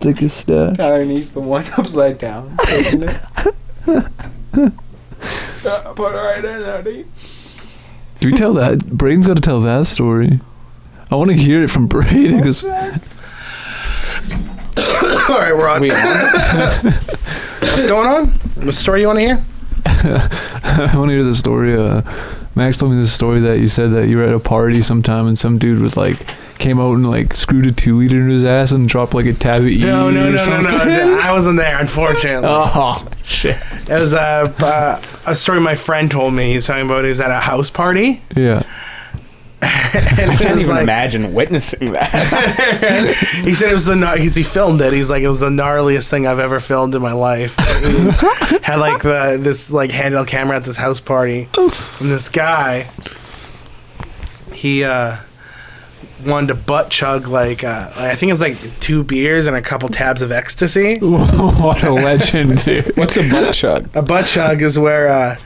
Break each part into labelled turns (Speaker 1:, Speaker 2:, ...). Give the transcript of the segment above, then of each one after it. Speaker 1: Thickest stuff.
Speaker 2: Tyler needs the one upside down, isn't it? Uh, Put it right in there, dude.
Speaker 1: Do we tell that? Braden's got to tell that story. I want to hear it from Braden because
Speaker 3: All right, we're on. What's going on? What story you want to hear?
Speaker 1: I want to hear the story. Uh, Max told me this story that you said that you were at a party sometime and some dude was like came out and like screwed a two liter into his ass and dropped like a tab of E.
Speaker 3: No, no,
Speaker 1: or
Speaker 3: no, no, no,
Speaker 1: something.
Speaker 3: no. I wasn't there, unfortunately.
Speaker 1: Oh shit.
Speaker 3: It was a, uh, a story my friend told me. He's talking about he was at a house party.
Speaker 1: Yeah.
Speaker 3: And
Speaker 4: I
Speaker 3: it
Speaker 4: can't
Speaker 3: was
Speaker 4: even
Speaker 3: like,
Speaker 4: imagine witnessing that.
Speaker 3: he said it was the gnar- he's, he filmed it. He's like it was the gnarliest thing I've ever filmed in my life. He was, had like the this like handheld camera at this house party, and this guy, he uh, wanted to butt chug like uh, I think it was like two beers and a couple tabs of ecstasy.
Speaker 1: what a legend, dude.
Speaker 4: What's a butt chug?
Speaker 3: A butt chug is where uh,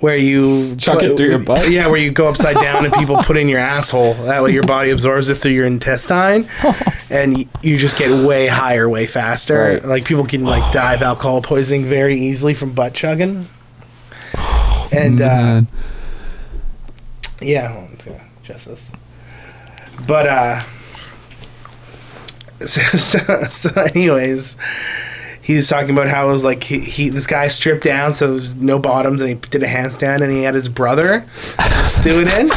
Speaker 3: where you
Speaker 4: Chuck it through your butt?
Speaker 3: Yeah, where you go upside down and people put in your asshole. That way, your body absorbs it through your intestine, and y- you just get way higher, way faster.
Speaker 4: Right.
Speaker 3: Like people can like die of alcohol poisoning very easily from butt chugging. And uh,
Speaker 1: Man.
Speaker 3: yeah, hold on, to adjust this. But uh, so, so, so anyways, he's talking about how it was like he, he this guy stripped down, so there's no bottoms, and he did a handstand, and he had his brother do it in,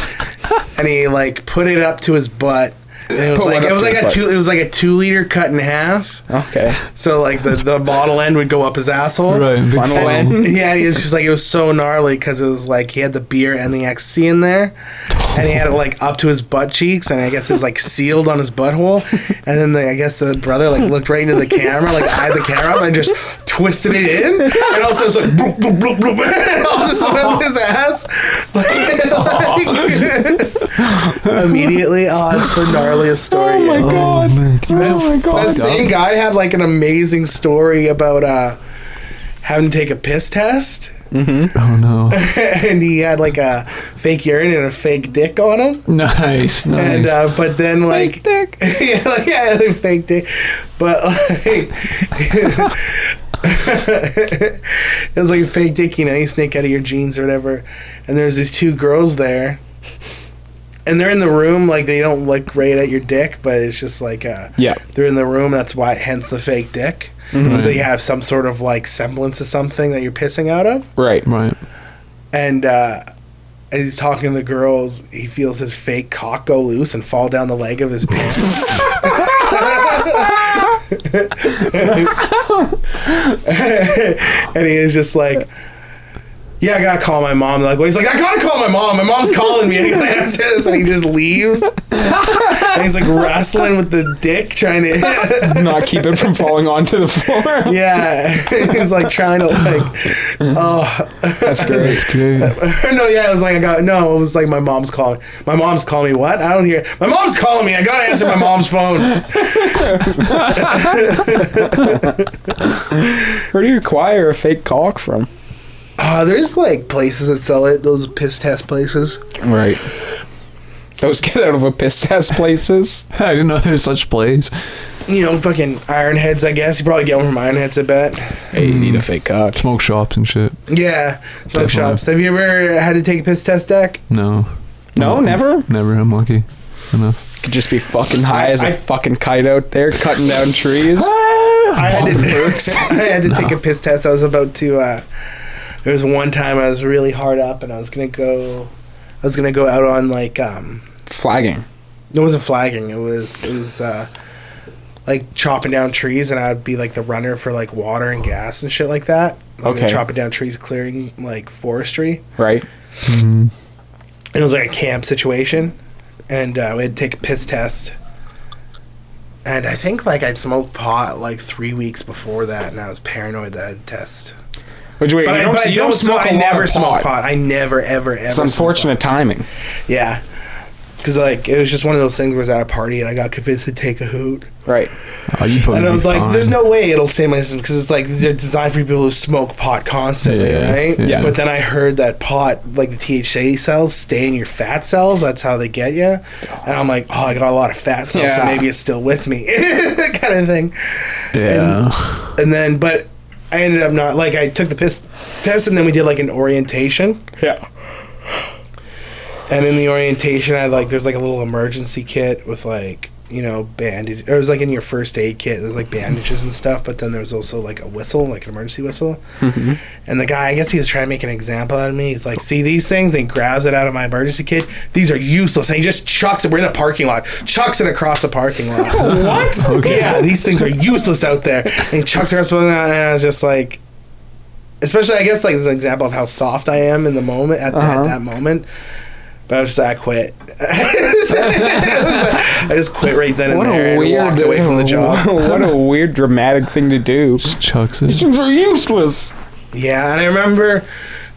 Speaker 3: and he like put it up to his butt. And it was
Speaker 4: Put
Speaker 3: like
Speaker 4: one
Speaker 3: it
Speaker 4: up
Speaker 3: was
Speaker 4: to
Speaker 3: like
Speaker 4: his
Speaker 3: a
Speaker 4: butt.
Speaker 3: two it was like a two liter cut in half.
Speaker 4: Okay.
Speaker 3: So like the, the bottle end would go up his asshole.
Speaker 1: Right. Big
Speaker 4: Funnel
Speaker 1: funnel.
Speaker 4: end.
Speaker 3: Yeah, he was just like it was so gnarly because it was like he had the beer and the XC in there, and he had it like up to his butt cheeks, and I guess it was like sealed on his butthole, and then the, I guess the brother like looked right into the camera, like eyed the camera up, and just twisted it in, and also it was like bloop, bloop, bloop, bloop, and all just went up his ass. Like, immediately, oh, that's the gnarliest story.
Speaker 2: Oh my
Speaker 3: ever.
Speaker 1: Oh,
Speaker 2: god.
Speaker 1: man.
Speaker 2: Oh my
Speaker 3: That
Speaker 2: god.
Speaker 3: same guy had like an amazing story about uh, having to take a piss test,
Speaker 1: Oh no.
Speaker 3: and he had like a fake urine and a fake dick on him.
Speaker 1: Nice. Nice.
Speaker 3: And uh, but then like
Speaker 2: Dick.
Speaker 3: yeah, like, yeah, like fake dick, but like it was like a fake dick. You know, you sneak out of your jeans or whatever. And there's these two girls there, and they're in the room. Like they don't look right at your dick, but it's just like uh,
Speaker 4: Yeah.
Speaker 3: they're in the room. That's why, hence the fake dick. So you have some sort of like semblance of something that you're pissing out of.
Speaker 4: Right.
Speaker 1: Right.
Speaker 3: And uh, as he's talking to the girls, he feels his fake cock go loose and fall down the leg of his pants. and he is just like, yeah, I gotta call my mom. Like, well, he's like, I gotta call my mom. My mom's calling me. I gotta answer this. And he just leaves. and he's like wrestling with the dick, trying to.
Speaker 4: Not keep it from falling onto the floor.
Speaker 3: yeah, he's like trying to like. Oh,
Speaker 4: That's great.
Speaker 1: That's great.
Speaker 3: no, yeah, it was like I got no, it was like my mom's calling. My mom's calling me. What? I don't hear. My mom's calling me. I gotta answer my mom's phone.
Speaker 4: Where do you acquire a fake cock from?
Speaker 3: Uh, there's like places that sell it. Those piss test places.
Speaker 4: Right. Those get out of a piss test places.
Speaker 1: I didn't know there's such place.
Speaker 3: You know, fucking Ironheads. I guess you probably get one from Ironheads. I bet.
Speaker 4: Hey, you need a fake cock.
Speaker 1: Smoke shops and shit.
Speaker 3: Yeah, smoke
Speaker 1: Definitely.
Speaker 3: shops. Have you ever had to take a piss test, Deck?
Speaker 1: No.
Speaker 4: No, never.
Speaker 1: Never. I'm lucky enough.
Speaker 4: Could just be fucking high
Speaker 3: I-
Speaker 4: as a
Speaker 3: I-
Speaker 4: fucking kite out there, cutting down trees.
Speaker 3: I had to.
Speaker 4: Perks.
Speaker 3: I had to take a piss test. I was about to. Uh, there was one time I was really hard up, and I was gonna go. I was gonna go out on like um,
Speaker 4: Flagging.
Speaker 3: It wasn't flagging. It was it was uh, like chopping down trees, and I'd be like the runner for like water and gas and shit like that. Like,
Speaker 4: Okay.
Speaker 3: chopping down trees, clearing like forestry.
Speaker 4: Right.
Speaker 3: And it was like a camp situation, and uh, we had to take a piss test. And I think like I'd smoked pot like three weeks before that, and I was paranoid that I'd test.
Speaker 4: Which wait,
Speaker 3: But
Speaker 4: you
Speaker 3: I,
Speaker 4: don't,
Speaker 3: but I
Speaker 4: you don't smoke.
Speaker 3: I
Speaker 4: a lot
Speaker 3: never
Speaker 4: of
Speaker 3: smoke
Speaker 4: pot.
Speaker 3: pot. I never ever ever.
Speaker 4: It's
Speaker 3: smoke pot.
Speaker 4: unfortunate timing.
Speaker 3: Yeah. Because like it was just one of those things where I was at a party and I got convinced to take a hoot,
Speaker 2: Right.
Speaker 1: Oh, you'd probably
Speaker 3: and I
Speaker 1: be
Speaker 3: was like, "There's
Speaker 1: fine.
Speaker 3: no way it'll save my system because it's like they're designed for people who smoke pot constantly,
Speaker 1: Yeah,
Speaker 3: right?"
Speaker 1: yeah.
Speaker 3: But then I heard that pot, like the THC cells, stay in your fat cells. That's how they get you. And I'm like, "Oh, I got a lot of fat cells, so
Speaker 2: Yeah.
Speaker 3: maybe it's still with me," kind of thing.
Speaker 1: Yeah.
Speaker 3: And then, but I ended up not like I took the piss test, and then we did like an orientation.
Speaker 2: Yeah.
Speaker 3: And in the orientation, I had like there's like a little emergency kit with like you know bandage. Or it was like in your first aid kit. There's like bandages and stuff, but then there was also like a whistle, like an emergency whistle. And the guy, I guess he was trying to make an example out of me. He's like, "See these things?" And he grabs it out of my emergency kit. These are useless. And he just chucks it. We're in a parking lot. Chucks it across the parking lot.
Speaker 2: What?
Speaker 3: Yeah, these things are useless out there. And he chucks it across the parking lot, and I was just like. Especially, I guess, like this is an example of how soft I am in the moment at,
Speaker 2: Uh-huh.
Speaker 3: at that moment. But I was just like, I quit. I just quit right then and
Speaker 2: What a
Speaker 3: there and
Speaker 2: weird.
Speaker 3: walked away from the job.
Speaker 2: what a weird dramatic thing to do.
Speaker 1: Just chucks it.
Speaker 2: These are useless.
Speaker 3: Yeah, and I remember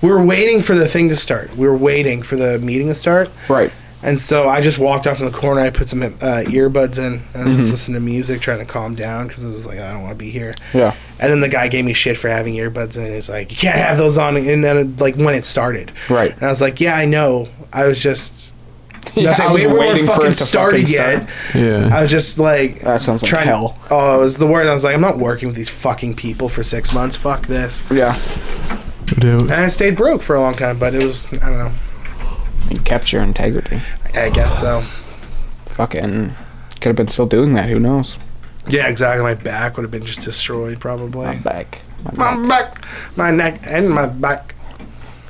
Speaker 3: we were waiting for the thing to start. We were waiting for the meeting to start.
Speaker 2: Right.
Speaker 3: And so I just walked off in the corner. I put some uh, earbuds in and I was
Speaker 2: Mm-hmm.
Speaker 3: just listening to music, trying to calm down because it was like, I don't want to be here.
Speaker 2: Yeah.
Speaker 3: And then the guy gave me shit for having earbuds in. He's like, you can't have those on. And then, it, like, when it started.
Speaker 2: Right.
Speaker 3: And I was like, yeah, I know. I was just.
Speaker 2: Yeah,
Speaker 3: Nothing.
Speaker 2: I was
Speaker 3: we
Speaker 2: waiting
Speaker 3: weren't
Speaker 2: for
Speaker 3: fucking
Speaker 2: it to
Speaker 3: started
Speaker 2: fucking start.
Speaker 3: yet.
Speaker 1: Yeah.
Speaker 3: I was just like
Speaker 2: That sounds like
Speaker 3: trying-
Speaker 2: hell.
Speaker 3: Oh, it was the word. I was like, I'm not working with these fucking people for six months. Fuck this.
Speaker 2: Yeah.
Speaker 1: Dude.
Speaker 3: And I stayed broke for a long time, but it was I don't know.
Speaker 2: And kept your integrity.
Speaker 3: I guess so.
Speaker 2: Fucking could have been still doing that. Who knows?
Speaker 3: Yeah, exactly. My back would have been just destroyed probably.
Speaker 2: I'm back. I'm
Speaker 3: My
Speaker 2: back.
Speaker 3: back, my neck, and my back.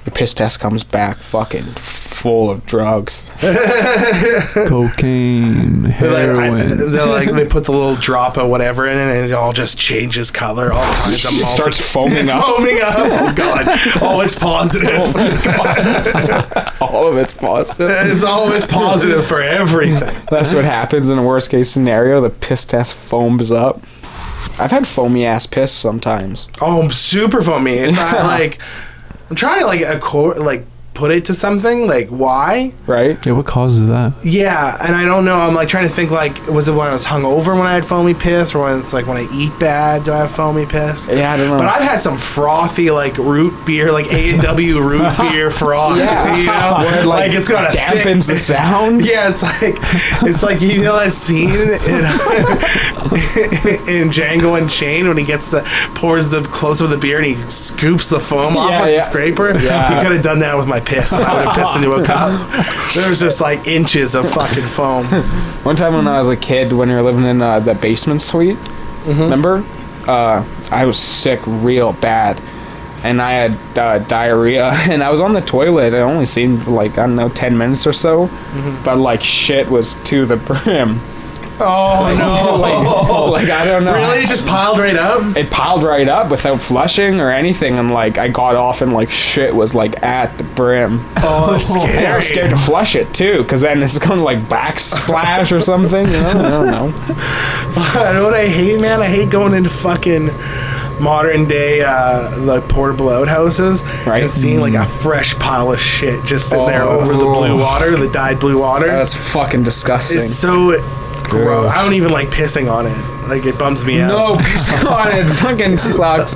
Speaker 2: Your piss test comes back fucking full of drugs.
Speaker 1: Cocaine.
Speaker 3: They're like, I-
Speaker 1: Heroin.
Speaker 3: they're like they put the little drop of whatever in it, and it all just changes color. All kinds of
Speaker 2: It
Speaker 3: multi-
Speaker 2: starts foaming up.
Speaker 3: foaming up. Oh god! Oh, it's positive.
Speaker 2: All of it's positive.
Speaker 3: it's always positive for everything.
Speaker 2: That's what happens in a worst case scenario. The piss test foams up. I've had foamy ass piss sometimes.
Speaker 3: Oh, I'm super foamy. If I like, I'm trying to like accord, like put it to something. Like why?
Speaker 2: Right?
Speaker 1: Yeah, what causes that?
Speaker 3: Yeah, and I don't know. I'm like trying to think. Like, was it when I was hungover when I had foamy piss, or when it's like when I eat bad? Do I have foamy piss?
Speaker 2: Yeah, I don't know.
Speaker 3: But I've had some frothy like root beer, like A and W root beer froth.
Speaker 2: Yeah.
Speaker 3: You know,
Speaker 2: Where it,
Speaker 3: like, it's got a thick.
Speaker 2: dampens the sound.
Speaker 3: Yeah, it's like it's like you know that scene in, in Django Unchained when he gets the pours the close of the beer and he scoops the foam off
Speaker 2: Yeah,
Speaker 3: with
Speaker 2: yeah.
Speaker 3: the scraper.
Speaker 2: Yeah.
Speaker 3: He could have done that with my piss. If I would have pissed into a cup. There was just like inches of fucking foam.
Speaker 2: One time when I was a kid, when we were living in uh, the basement suite, remember? Uh, I was sick real bad. And I had uh, diarrhea, and I was on the toilet. It only seemed like, I don't know, 10 minutes or so. But, like, shit was to the brim.
Speaker 3: Oh no!
Speaker 2: Like, I don't know.
Speaker 3: Really, It just piled right up.
Speaker 2: It piled right up without flushing or anything. And, like, I got off, and, like, shit was, like, at the brim.
Speaker 3: Oh, that's
Speaker 2: And I was
Speaker 3: scary.
Speaker 2: scared to flush it, too, because then it's going to, like, backsplash or something. You know? I don't know.
Speaker 3: I know what I hate, man. I hate going into fucking modern day uh, like portable outhouses
Speaker 2: Right. Mm.
Speaker 3: and seeing like a fresh pile of shit just sitting there
Speaker 2: Oh.
Speaker 3: over the blue water, the dyed blue water.
Speaker 2: That's fucking disgusting.
Speaker 3: it's so gross. I don't even like pissing on it. Like it bums me out.
Speaker 2: No, piss on it. Fucking sucks.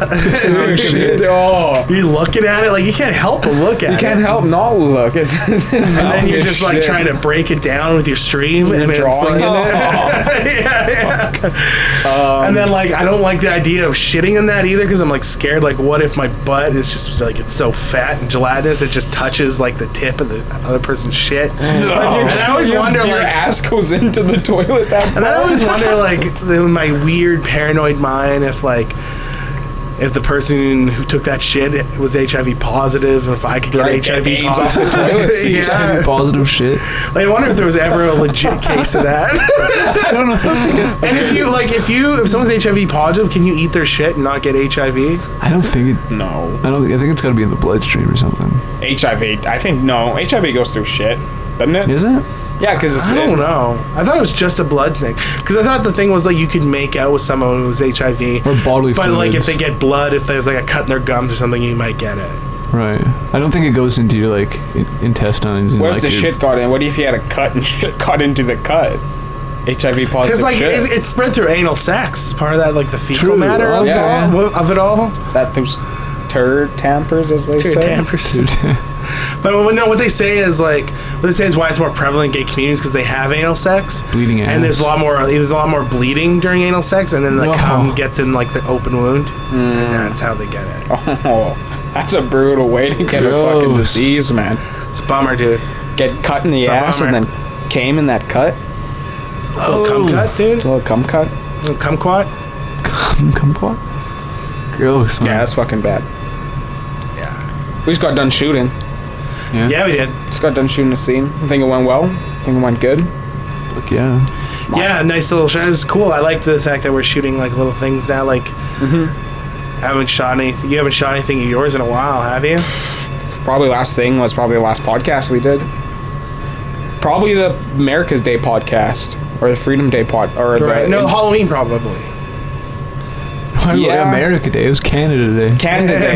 Speaker 3: shit.
Speaker 2: oh,
Speaker 3: You're looking at it like you can't help but look at
Speaker 2: you
Speaker 3: it.
Speaker 2: can't help not look. and
Speaker 3: And then you're just like trying to break it down with your stream and it's
Speaker 2: drawing Oh.
Speaker 3: like,
Speaker 2: in it.
Speaker 3: yeah, yeah. and
Speaker 2: Um,
Speaker 3: then like I don't like the idea of shitting in that either because I'm like scared. Like, what if my butt is just like it's so fat and gelatinous it just touches like the tip of the other person's shit? Oh, And I always
Speaker 2: Your-
Speaker 3: wonder
Speaker 2: your
Speaker 3: like.
Speaker 2: ass goes into the toilet that
Speaker 3: and I
Speaker 2: far.
Speaker 3: always wonder, like, in my weird paranoid mind, if like, if the person who took that shit was HIV positive, and if I could get
Speaker 2: Right, get
Speaker 3: HIV
Speaker 2: AIDS off the
Speaker 3: positive,
Speaker 2: toilet seat.
Speaker 3: yeah.
Speaker 1: Positive shit.
Speaker 3: Like, I wonder if there was ever a legit case of that. and if you like, if you if someone's HIV positive, can you eat their shit and not get HIV?
Speaker 1: I don't think it.
Speaker 2: No,
Speaker 1: I don't. Think, I think it's got to be in the bloodstream or something.
Speaker 2: HIV. I think no. HIV goes through shit, doesn't it?
Speaker 1: Is it?
Speaker 2: Yeah, because it's
Speaker 3: I don't know. I thought it was just a blood thing because I thought the thing was like you could make out with someone who was HIV,
Speaker 1: Or bodily
Speaker 3: but like if
Speaker 1: fluids.
Speaker 3: they get blood, if there's like a cut in their gums or something, you might get it.
Speaker 1: Right. I don't think it goes into your like in- intestines and
Speaker 2: What
Speaker 1: like
Speaker 2: if the
Speaker 1: your-
Speaker 2: shit got in? What if you had a cut and shit got into the cut? HIV
Speaker 3: Because
Speaker 2: positive
Speaker 3: like
Speaker 2: shit.
Speaker 3: it's, it's spread through anal sex, It's part of that like the fecal
Speaker 1: True.
Speaker 3: matter
Speaker 1: Oh,
Speaker 3: of,
Speaker 2: yeah.
Speaker 3: the, of it all.
Speaker 2: that those turd tampers, as they
Speaker 3: Two
Speaker 2: say.
Speaker 3: tampers. But well, no, what they say is like what they say is why it's more prevalent in gay communities because they have anal sex,
Speaker 1: Bleeding
Speaker 3: and there's a
Speaker 1: ass.
Speaker 3: lot more there's a lot more bleeding during anal sex, and then the
Speaker 1: Wow.
Speaker 3: cum gets in like the open wound,
Speaker 2: Mm.
Speaker 3: and that's how they get it.
Speaker 2: Oh, that's a brutal way to get a fucking
Speaker 1: Gross.
Speaker 2: disease, man.
Speaker 3: It's a bummer, dude.
Speaker 2: Get cut in the
Speaker 3: It's a
Speaker 2: ass and
Speaker 3: bummer.
Speaker 2: then came in that cut,
Speaker 3: Oh, cum cut, dude.
Speaker 2: a little cum cut.
Speaker 3: Little Kumquat.
Speaker 1: Kumquat? Gross.
Speaker 2: Yeah,
Speaker 1: Man.
Speaker 2: that's fucking bad.
Speaker 3: Yeah.
Speaker 2: We just got done shooting.
Speaker 1: Yeah.
Speaker 3: Yeah, we did.
Speaker 2: Just got done shooting the scene. I think it went well. I think it went good.
Speaker 1: Fuck yeah.
Speaker 3: Yeah, nice little shot. It was cool. I liked the fact that we're shooting like little things now. Like,
Speaker 2: Mm-hmm.
Speaker 3: I haven't shot anything. You haven't shot anything of yours in a while, have you?
Speaker 2: Probably last thing was probably the last podcast we did. Probably the America's Day podcast or the Freedom Day pod or
Speaker 3: Right.
Speaker 2: the
Speaker 3: No, Halloween probably.
Speaker 1: Why was
Speaker 2: Yeah.
Speaker 1: America Day. It was Canada Day.
Speaker 2: Canada Day.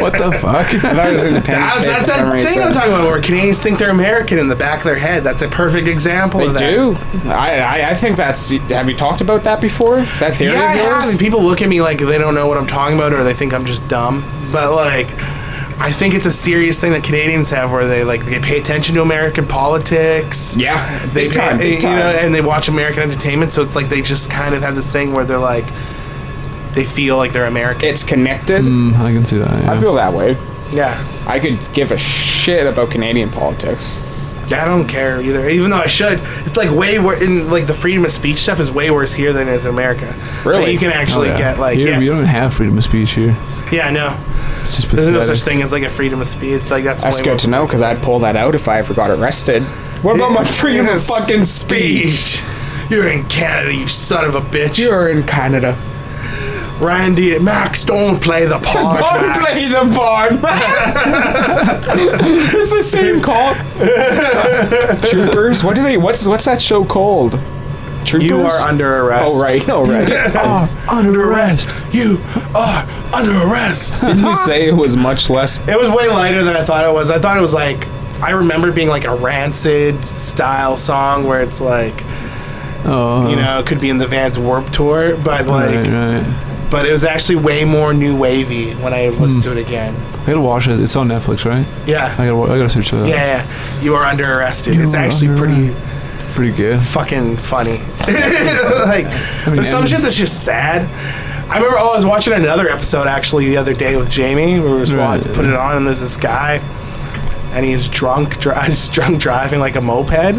Speaker 1: what the
Speaker 2: I
Speaker 1: fuck?
Speaker 2: thought it was Independence
Speaker 3: That's,
Speaker 2: Day for
Speaker 3: that's
Speaker 2: some
Speaker 3: that thing
Speaker 2: reason.
Speaker 3: I'm talking about where Canadians think they're American in the back of their head. That's a perfect example
Speaker 2: They
Speaker 3: of that.
Speaker 2: do. I, I I think that's. Have you talked about that before? Is that theory
Speaker 3: Yeah, I
Speaker 2: of
Speaker 3: have,
Speaker 2: yours?
Speaker 3: and people look at me like they don't know what I'm talking about or they think I'm just dumb. But like, I think it's a serious thing that Canadians have where they like they pay attention to American politics.
Speaker 2: Yeah,
Speaker 3: They
Speaker 2: big
Speaker 3: pay-
Speaker 2: time, big
Speaker 3: you
Speaker 2: time.
Speaker 3: know, and they watch American entertainment, so it's like they just kind of have this thing where they're like, they feel like they're American.
Speaker 2: it's connected.
Speaker 1: Mm, I can see that. Yeah.
Speaker 2: I feel that way.
Speaker 3: Yeah,
Speaker 2: I could give a shit about Canadian politics.
Speaker 3: I don't care either. Even though I should, it's like way worse. In like the freedom of speech stuff is way worse here than it is in America.
Speaker 2: Really?
Speaker 3: Like, you can
Speaker 1: Oh,
Speaker 3: actually
Speaker 1: yeah.
Speaker 3: get like
Speaker 1: here,
Speaker 3: yeah,
Speaker 1: we don't have freedom of speech here.
Speaker 3: yeah, no.
Speaker 1: It's just
Speaker 3: There's
Speaker 1: pathetic.
Speaker 3: no such thing as like a freedom of speech. It's like that's,
Speaker 2: That's
Speaker 3: way
Speaker 2: good
Speaker 3: more-
Speaker 2: to know because I'd pull that out if I ever got arrested. What about my freedom of
Speaker 3: Yes.
Speaker 2: fucking speech?
Speaker 3: You're in Canada, you son of a bitch.
Speaker 2: You're in Canada.
Speaker 3: Randy Max, don't play the part.
Speaker 2: Don't
Speaker 3: Max.
Speaker 2: play the barn. it's the same call. Troopers. What do they? What's what's that show called? Troopers.
Speaker 3: You are under arrest.
Speaker 2: Oh right, no right.
Speaker 3: under arrest. You are under arrest.
Speaker 2: Didn't you say it was much less?
Speaker 3: it was way lighter than I thought it was. I thought it was like I remember being like a rancid style song where it's like
Speaker 1: Oh,
Speaker 3: you know it could be in the Vans Warp Tour, but like
Speaker 1: right, right.
Speaker 3: but it was actually way more new wavy when I listened
Speaker 1: Hmm.
Speaker 3: to it again.
Speaker 1: I gotta watch it. It's on Netflix, right?
Speaker 3: Yeah.
Speaker 1: I gotta, wa- I gotta search for that.
Speaker 3: Yeah, yeah, you are under arrested.
Speaker 1: You
Speaker 3: it's
Speaker 1: are
Speaker 3: actually
Speaker 1: under
Speaker 3: pretty
Speaker 1: Pretty good.
Speaker 3: fucking funny. like, there's some
Speaker 1: and-
Speaker 3: shit that's just sad. I remember, oh, I was watching another episode actually the other day with Jamie. We were just wa-
Speaker 1: Right.
Speaker 3: putting it on, and there's this guy, and he's drunk, dri- he's drunk driving like a moped, and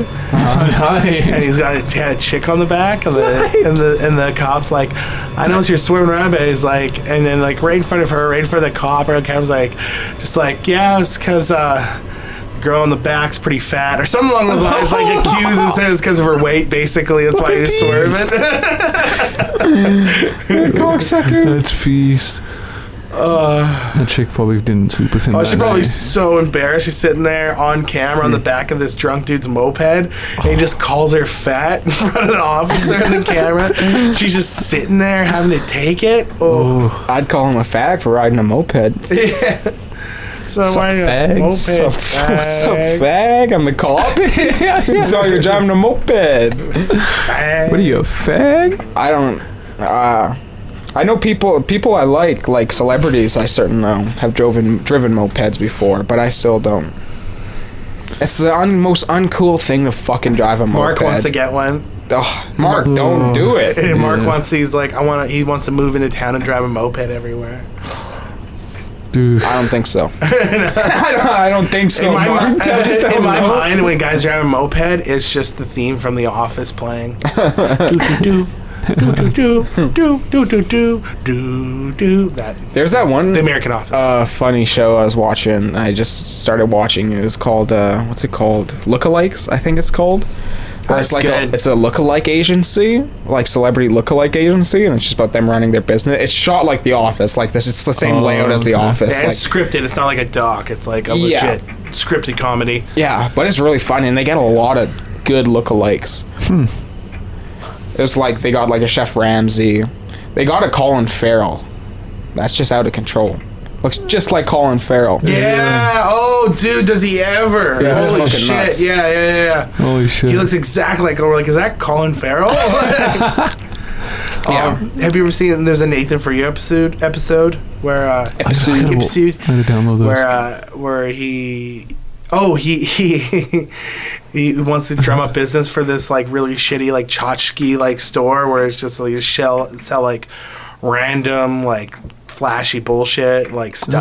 Speaker 3: he's got a, had a chick on the back, and the, and the and the cops like, I know you're swimming around, but he's like, and then like right in front of her, right in front of the cop, and the cop's like, just like, yeah, it's because. Uh, girl in the back's pretty fat or something along those lines like accuses him because of her weight basically that's why he's swerving
Speaker 2: Cocksucker.
Speaker 1: That's feast. that chick probably didn't sleep with him.
Speaker 3: Uh. oh
Speaker 1: that
Speaker 3: she's probably
Speaker 1: night.
Speaker 3: so embarrassed she's sitting there on camera on the back of this drunk dude's moped and he just calls her fat in front of the officer and the camera she's just sitting there having to take it oh
Speaker 1: Oh,
Speaker 2: I'd call him a fag for riding a moped.
Speaker 3: yeah so I'm riding a
Speaker 1: fags,
Speaker 3: moped
Speaker 2: So, what's up, fag? I'm the cop. so you're driving a moped.
Speaker 3: fag.
Speaker 1: what are you, a fag?
Speaker 2: I don't. Uh, I know people. People I like, like celebrities, I certainly know, have driven driven mopeds before, but I still don't. It's the un, most uncool thing to fucking drive a
Speaker 3: Mark
Speaker 2: moped.
Speaker 3: wants to get one.
Speaker 2: Ugh, Mark, don't do it.
Speaker 3: And Mark
Speaker 1: Yeah.
Speaker 3: wants he's like I want to he wants to move into town and drive a moped everywhere.
Speaker 1: Dude,
Speaker 2: I don't think so. I, don't, I don't think so.
Speaker 3: in my,
Speaker 2: Mark.
Speaker 3: mind,
Speaker 2: I just
Speaker 3: in
Speaker 2: don't
Speaker 3: my
Speaker 2: know.
Speaker 3: mind, when guys drive a moped, it's just the theme from The Office playing. do do do do do do do do do do do that
Speaker 2: There's that one.
Speaker 3: the American Office.
Speaker 2: uh, funny show I was watching. I just started watching. It was called uh, what's it called? Lookalikes, I think it's called. Where
Speaker 3: That's
Speaker 2: it's like
Speaker 3: good.
Speaker 2: A, it's a lookalike agency, like celebrity lookalike agency, and it's just about them running their business. It's shot like The Office, like this. It's the same
Speaker 1: Oh,
Speaker 2: layout as The
Speaker 1: okay.
Speaker 2: Office.
Speaker 3: and
Speaker 2: like-
Speaker 3: it's scripted. It's not like a doc. It's like a
Speaker 2: Yeah.
Speaker 3: legit scripted comedy.
Speaker 2: Yeah, but it's really funny, and they get a lot of good lookalikes. It's like they got like a Chef Ramsey, they got a Colin Farrell. That's just out of control.
Speaker 4: Looks just like Colin Farrell.
Speaker 3: Yeah. Oh, dude, does he ever?
Speaker 4: Yeah, that's
Speaker 3: Holy
Speaker 4: fucking
Speaker 3: shit.
Speaker 4: nuts.
Speaker 3: Yeah, yeah, yeah, yeah.
Speaker 1: Holy shit.
Speaker 3: He looks exactly like. We're like, is that Colin Farrell?
Speaker 4: Yeah.
Speaker 3: Um, have you ever seen? There's a Nathan for You episode episode where uh,
Speaker 1: I gotta,
Speaker 3: episode
Speaker 1: I gotta download those.
Speaker 3: where uh, where he oh he he he wants to drum up business for this like really shitty like tchotchke like store where it's just like you shell sell like random like flashy bullshit like
Speaker 4: Mm.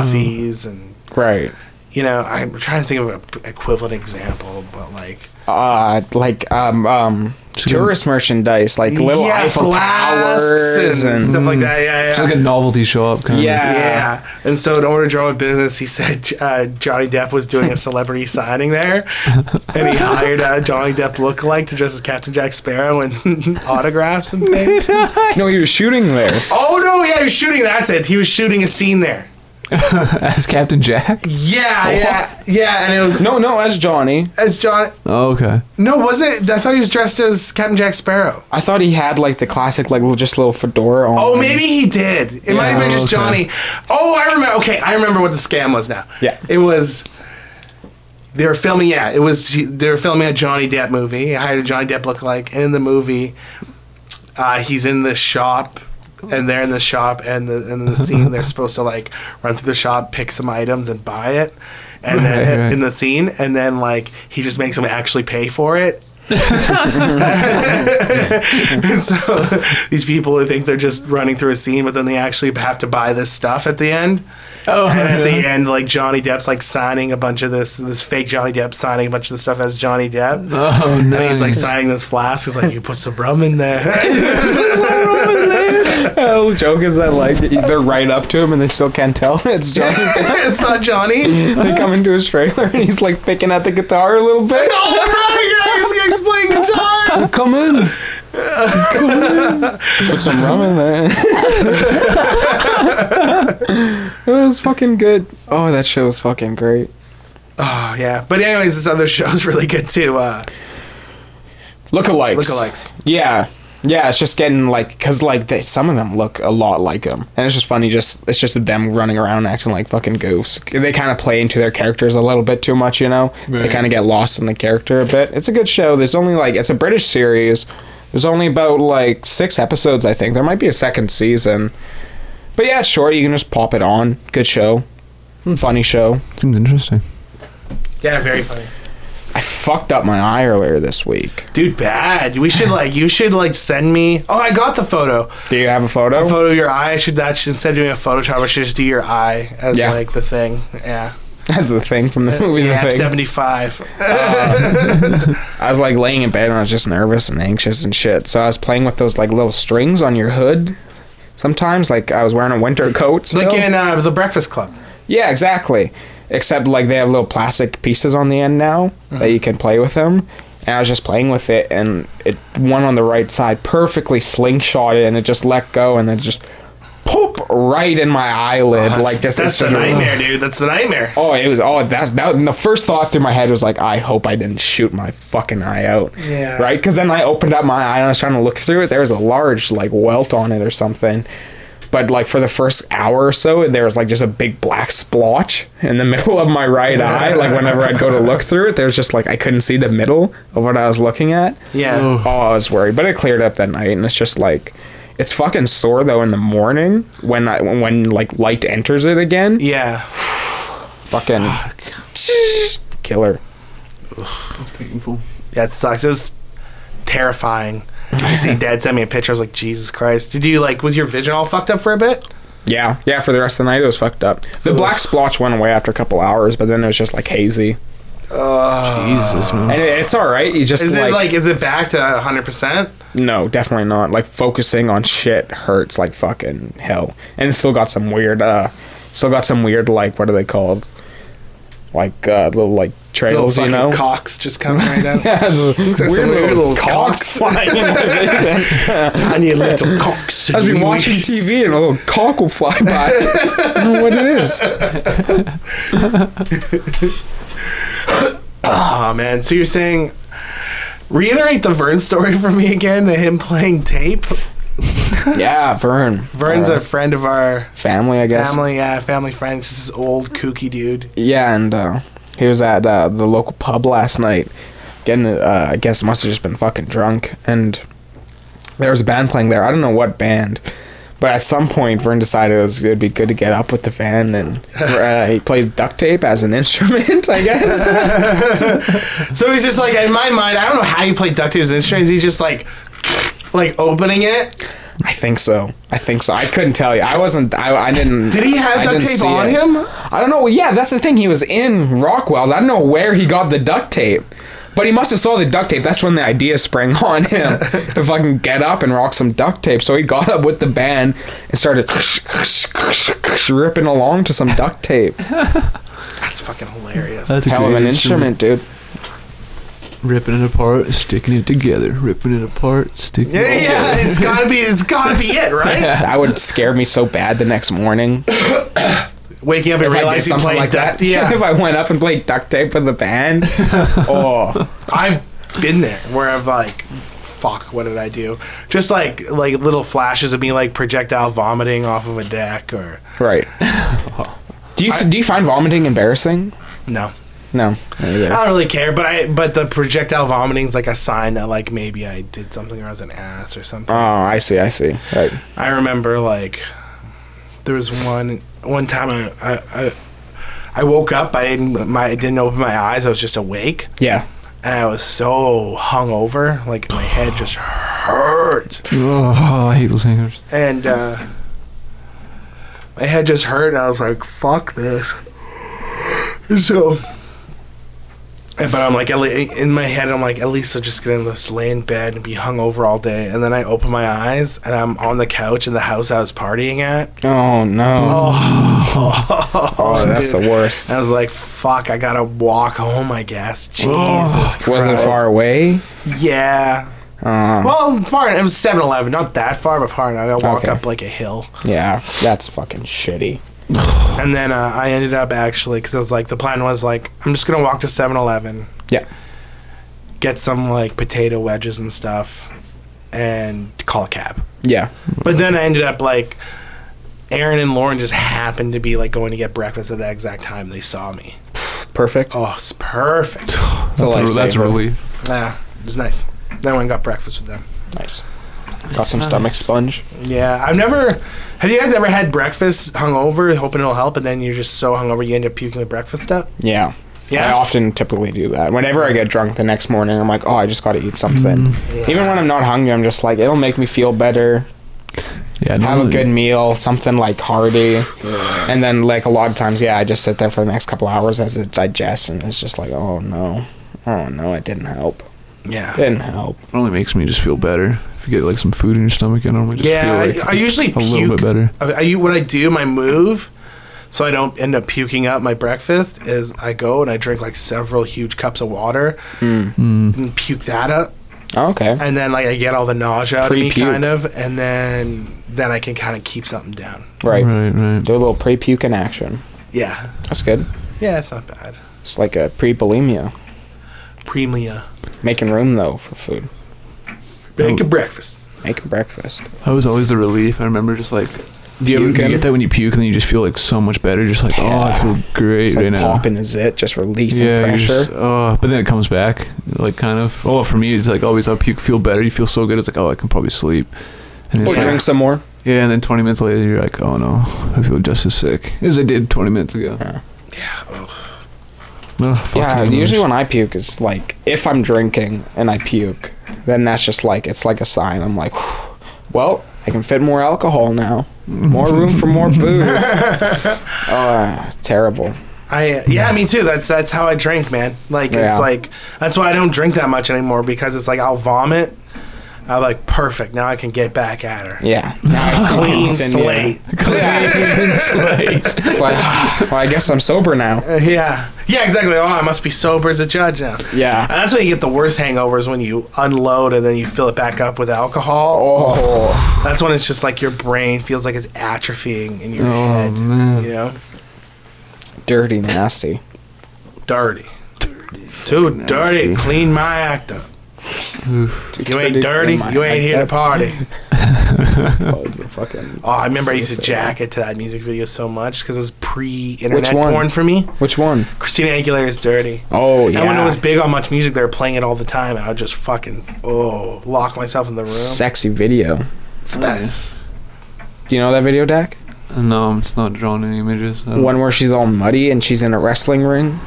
Speaker 3: stuffies and
Speaker 4: Right.
Speaker 3: you know I'm trying to think of an equivalent example but like
Speaker 4: Uh, like um um
Speaker 1: Chicken-
Speaker 4: tourist merchandise, like little
Speaker 3: Yeah,
Speaker 4: Eiffel
Speaker 3: flasks
Speaker 4: towers
Speaker 3: and,
Speaker 4: and,
Speaker 3: stuff like that yeah yeah
Speaker 1: It's like a novelty shop kind
Speaker 4: Yeah.
Speaker 3: Yeah. And so, in order to drum up business, he said uh, Johnny Depp was doing a celebrity signing there, and he hired a Johnny Depp lookalike to dress as Captain Jack Sparrow and autographs and things.
Speaker 4: no, he was shooting there.
Speaker 3: oh no! Yeah, he was shooting. That's it. He was shooting a scene there.
Speaker 1: of. As Captain Jack?
Speaker 3: Yeah, yeah, yeah. And it was
Speaker 4: No, no, as Johnny.
Speaker 3: as John.
Speaker 1: Oh, okay.
Speaker 3: No, was it? I thought he was dressed as Captain Jack Sparrow.
Speaker 4: I thought he had like the classic like little- just little fedora on.
Speaker 3: Oh, maybe he did. It might have been just
Speaker 1: okay.
Speaker 3: Johnny. Oh, I remember. Okay, I remember what the scam was now.
Speaker 4: Yeah.
Speaker 3: it was. They were filming. Yeah, it was. They were filming a Johnny Depp movie. I hired a Johnny Depp lookalike and in the movie. Uh, he's in the shop, and they're in the shop, and the and in the scene they're supposed to like run through the shop, pick some items, and buy it. And then
Speaker 1: Right, right.
Speaker 3: in the scene, and then like he just makes them actually pay for it, and so these people who think they're just running through a scene, but then they actually have to buy this stuff at the end.
Speaker 1: Oh,
Speaker 3: And at the end, like Johnny Depp's like signing a bunch of this, this fake Johnny Depp signing a bunch of the stuff as Johnny Depp.
Speaker 1: oh
Speaker 3: And
Speaker 1: nice.
Speaker 3: he's like signing this flask. He's like, you put some rum in there.
Speaker 4: The whole joke is that like they're right up to him and they still can't tell it's Johnny.
Speaker 3: it's not Johnny.
Speaker 4: they come into his trailer and he's like picking at the guitar a little bit.
Speaker 3: Oh, right, yeah, he's, he's playing guitar.
Speaker 4: Come in. Put some rum in there. it was fucking good. Oh, that show was fucking great.
Speaker 3: Oh yeah. But anyways, this other show's really good too. Uh,
Speaker 4: Lookalikes.
Speaker 3: lookalikes.
Speaker 4: Yeah. Yeah, it's just getting like, cause like they, some of them look a lot like him, and it's just funny. Just it's just them running around acting like fucking goofs. They kind of play into their characters a little bit too much, you know. They
Speaker 1: Right.
Speaker 4: kind of get lost in the character a bit. It's a good show. There's only like it's a British series. There's only about like six episodes, I think. There might be a second season, but yeah, it's short. You can just pop it on. Good show, funny show.
Speaker 1: Seems interesting.
Speaker 3: yeah, very funny.
Speaker 4: I fucked up my eye earlier this week.
Speaker 3: Dude, bad. We should like, you should like send me. Oh, I got the photo.
Speaker 4: Do you have a photo?
Speaker 3: a photo of your eye. I should that should instead of doing a Photoshop, I should just do your eye as
Speaker 4: Yeah.
Speaker 3: like the thing. Yeah,
Speaker 4: That's the thing from the movie.
Speaker 3: Uh, yeah,
Speaker 4: the thing. Uh,
Speaker 3: seventy five.
Speaker 4: I was like laying in bed and I was just nervous and anxious and shit. So I was playing with those like little strings on your hood. Sometimes, like I was wearing a winter coat. Still.
Speaker 3: like in uh, the Breakfast Club.
Speaker 4: yeah, exactly. Except like they have little plastic pieces on the end now
Speaker 3: Uh-huh.
Speaker 4: that you can play with them. And I was just playing with it, and it one on the right side perfectly slingshotted, and it just let go, and then just poop right in my eyelid, like just
Speaker 3: Oh, that's the
Speaker 4: it's just-
Speaker 3: nightmare, dude. That's the nightmare.
Speaker 4: Oh, it was. Oh, that's that. And the first thought through my head was like, I hope I didn't shoot my fucking eye out.
Speaker 3: Yeah.
Speaker 4: Right. Because then I opened up my eye and I was trying to look through it. There was a large like welt on it or something. But like for the first hour or so, there was like just a big black splotch in the middle of my right eye. Like whenever I'd go to look through it, there was just like I couldn't see the middle of what I was looking at.
Speaker 3: Yeah.
Speaker 4: Oh, I was worried, but it cleared up that night, and it's just like. It's fucking sore though in the morning when I when like light enters it again
Speaker 3: Yeah,
Speaker 4: fucking killer.
Speaker 1: Painful.
Speaker 3: yeah, it sucks. It was terrifying. You see, Dad sent me a picture. I was like, Jesus Christ! Did you like? Was your vision all fucked up for a bit?
Speaker 4: Yeah, yeah. For the rest of the night, it was fucked up. The black splotch went away after a couple hours, but then it was just like hazy.
Speaker 1: Jesus, man.
Speaker 4: And it- it's all right. You just
Speaker 3: Is
Speaker 4: like,
Speaker 3: it like? Is it back to hundred percent?
Speaker 4: no, definitely not. Like focusing on shit hurts like fucking hell, and it still got some weird. uh Still got some weird like what are they called? Like uh, little like trails, you know.
Speaker 3: cocks just coming right out.
Speaker 4: Yeah, just
Speaker 3: got some weird little cocks.
Speaker 4: flying in the vision.
Speaker 3: Tiny little cocks.
Speaker 4: I've been watching TV and a little cock will fly by. I don't know what it is.
Speaker 3: Oh man, so you're saying reiterate the Vern story for me again, the him playing tape
Speaker 4: yeah, Vern.
Speaker 3: Vern's
Speaker 4: Our
Speaker 3: a friend of our
Speaker 4: family, Uh, I guess.
Speaker 3: family, yeah, family friend. He's Just this old kooky dude.
Speaker 4: Yeah, and uh, he was at uh, the local pub last night. Getting, uh, I guess, must have just been fucking drunk. And there was a band playing there. I don't know what band, but at some point, Vern decided it was it'd be good to get up with the band, and uh, he played duct tape as an instrument. I guess.
Speaker 3: So he's just like in my mind. I don't know how you play duct tape as an instrument. He's just like, like opening it.
Speaker 4: I think so. I think so. I couldn't tell you. I wasn't. I, I didn't.
Speaker 3: Did he have
Speaker 4: I
Speaker 3: duct
Speaker 4: didn't
Speaker 3: tape
Speaker 4: see
Speaker 3: on
Speaker 4: it.
Speaker 3: him?
Speaker 4: I don't know. Well, yeah, that's the thing. He was in Rockwell's. I don't know where he got the duct tape, but he must have saw the duct tape. That's when the idea sprang on him to fucking get up and rock some duct tape. So he got up with the band and started ripping along to some duct tape.
Speaker 3: That's fucking hilarious.
Speaker 1: That's a
Speaker 4: Hell of
Speaker 1: great
Speaker 4: an instrument, dude.
Speaker 1: Ripping it apart, sticking it together. Ripping it apart, sticking
Speaker 3: yeah,
Speaker 1: it
Speaker 3: yeah, it's gotta be, it's gotta be it, right?
Speaker 4: That would scare me so bad the next morning
Speaker 3: Waking up and
Speaker 4: if I did
Speaker 3: realizing you
Speaker 4: something
Speaker 3: played
Speaker 4: like
Speaker 3: duct.
Speaker 4: that.
Speaker 3: Yeah,
Speaker 4: if I went up and played duct tape with the band. Oh,
Speaker 3: I've been there where I've like, fuck, what did I do? Just like like little flashes of me like projectile vomiting off of a deck or
Speaker 4: right. Do you do you find vomiting embarrassing?
Speaker 3: no.
Speaker 4: No. not either.
Speaker 3: I don't really care, but I but the projectile vomiting's like a sign that like maybe I did something or I was an ass or something.
Speaker 4: Oh, I see, I see. Right.
Speaker 3: I remember like there was one one time I I, I I woke up. I didn't. My I didn't open my eyes. I was just awake,
Speaker 4: Yeah.
Speaker 3: and I was so hungover. Like my head just hurt,
Speaker 1: Oh, I hate those hangers.
Speaker 3: and uh, my head just hurt. And I was like, "Fuck this." And so, and- but I'm like, at le- in my head, I'm like, at least I'm just gonna just lay in bed and be hungover all day. And then I open my eyes, and I'm on the couch in the house I was partying at.
Speaker 4: Oh no.
Speaker 3: Oh,
Speaker 4: Oh, that's
Speaker 3: dude.
Speaker 4: the worst.
Speaker 3: I was like, fuck, I gotta walk home, I guess. Jesus Christ.
Speaker 4: Was it far away?
Speaker 3: Yeah.
Speaker 4: Uh,
Speaker 3: Well, far. It was 7 Eleven. Not that far, but far enough. I walked
Speaker 4: Okay.
Speaker 3: up like a hill.
Speaker 4: yeah, that's fucking shitty.
Speaker 3: And then uh, I ended up actually, because I was like, the plan was like, I'm just gonna walk to 7 Eleven.
Speaker 4: Yeah.
Speaker 3: Get some like potato wedges and stuff and call a cab.
Speaker 4: Yeah.
Speaker 3: But then I ended up like, Aaron and Lauren just happened to be like going to get breakfast at that exact time they saw me.
Speaker 4: Perfect.
Speaker 3: Oh, it's perfect.
Speaker 4: It's
Speaker 1: That's,
Speaker 4: a
Speaker 1: a, that's a
Speaker 4: lifesaver.
Speaker 1: relief.
Speaker 3: Yeah, it was nice. Then I went and got breakfast with them.
Speaker 4: Nice. Got some stomach sponge.
Speaker 3: Yeah, I've never. Have you guys ever had breakfast hungover, hoping it'll help, and then you're just so hungover you end up puking the breakfast up?
Speaker 4: Yeah.
Speaker 3: Yeah.
Speaker 4: I often typically do that. Whenever I get drunk the next morning, I'm like, oh, I just got to eat
Speaker 1: Mm.
Speaker 4: something. Even when I'm not hungry, I'm just like, it'll make me feel better.
Speaker 1: Yeah,
Speaker 4: Have a
Speaker 1: normally-
Speaker 4: good meal, something like hearty. And then, like, a lot of times, yeah, I just sit there for the next couple hours as it digests, and it's just like, oh no. Oh no, it didn't help.
Speaker 3: Yeah.
Speaker 4: Didn't help.
Speaker 1: It only makes me just feel better. If you get like some food in your stomach, I normally just
Speaker 3: Yeah,
Speaker 1: feel like
Speaker 3: I, I usually
Speaker 1: a little bit
Speaker 3: puke.
Speaker 1: better.
Speaker 3: I, I, what I do, my move, so I don't end up puking up my breakfast, is I go and I drink like several huge cups of water
Speaker 1: Hmm. Mm.
Speaker 3: and puke that up,
Speaker 4: Okay.
Speaker 3: and then like I get all the nausea out of me,
Speaker 4: Pre-puke.
Speaker 3: kind of, and then then I can kind of keep something down.
Speaker 4: Right.
Speaker 1: right, right.
Speaker 4: Do a little pre puke in action.
Speaker 3: Yeah.
Speaker 4: That's good.
Speaker 3: Yeah, it's not bad.
Speaker 4: It's like a pre bulimia.
Speaker 3: Premia.
Speaker 4: Making room, though, for food.
Speaker 3: Make a breakfast.
Speaker 4: Making breakfast.
Speaker 1: That was always the relief. I remember just like you, you
Speaker 4: Puking.
Speaker 1: get that when you puke, and then you just feel like so much better. Just like oh, I
Speaker 4: Yeah.
Speaker 1: feel great
Speaker 4: It's
Speaker 1: right
Speaker 4: like
Speaker 1: now.
Speaker 4: popping a zit, just releasing
Speaker 1: Yeah, you
Speaker 4: pressure.
Speaker 1: just, oh, but then it comes back, like kind of. Oh, for me, it's like always I puke, feel better. You feel so good. It's like oh, I can probably sleep. And then
Speaker 4: Or
Speaker 1: it's like-
Speaker 4: drink some more.
Speaker 1: yeah, and then 20 minutes later, you're like, oh no, I feel just as sick as I did 20 minutes ago.
Speaker 4: Yeah.
Speaker 1: Ugh, fucking
Speaker 4: yeah,
Speaker 1: gross.
Speaker 4: usually when I puke, it's like if I'm drinking and I puke, then that's just like, it's like a sign. I'm like, "Whew, well, I can fit more alcohol now. More room for more booze. oh, it's terrible.
Speaker 3: I yeah, me too. That's that's how I drink, man. Like
Speaker 4: Yeah.
Speaker 3: it's like that's why I don't drink that much anymore because it's like I'll vomit. I'm like perfect. Now I can get back at her.
Speaker 4: Yeah. Now I
Speaker 3: Clean
Speaker 4: can-
Speaker 3: slate.
Speaker 4: Yeah. It's like, well, I guess I'm sober now.
Speaker 3: Uh, yeah. Yeah, exactly. Oh, I must be sober as a judge now.
Speaker 4: Yeah.
Speaker 3: And that's when you get the worst hangovers when you unload and then you fill it back up with alcohol.
Speaker 4: Oh,
Speaker 3: That's when it's just like your brain feels like it's atrophying in your
Speaker 1: Oh,
Speaker 3: head.
Speaker 1: man.
Speaker 3: You know,
Speaker 4: dirty, nasty.
Speaker 3: dirty. Too dirty. Clean my act up. You ain't dirty. You ain't here to party.
Speaker 4: Oh, it's a fucking.
Speaker 3: Oh, I remember I used to jack it to that music video so much because it was pre-internet
Speaker 4: Which one?
Speaker 3: porn for me.
Speaker 4: Which one?
Speaker 3: Christina Aguilera's "Dirty."
Speaker 4: Oh yeah.
Speaker 3: And when it was big on Much Music, they were playing it all the time, and I would just fucking oh lock myself in the room.
Speaker 4: sexy video.
Speaker 3: It's the best.
Speaker 4: You know that video, Dak?
Speaker 1: No, I'm just not drawing any images. I don't-
Speaker 4: One where she's all muddy and she's in a wrestling ring.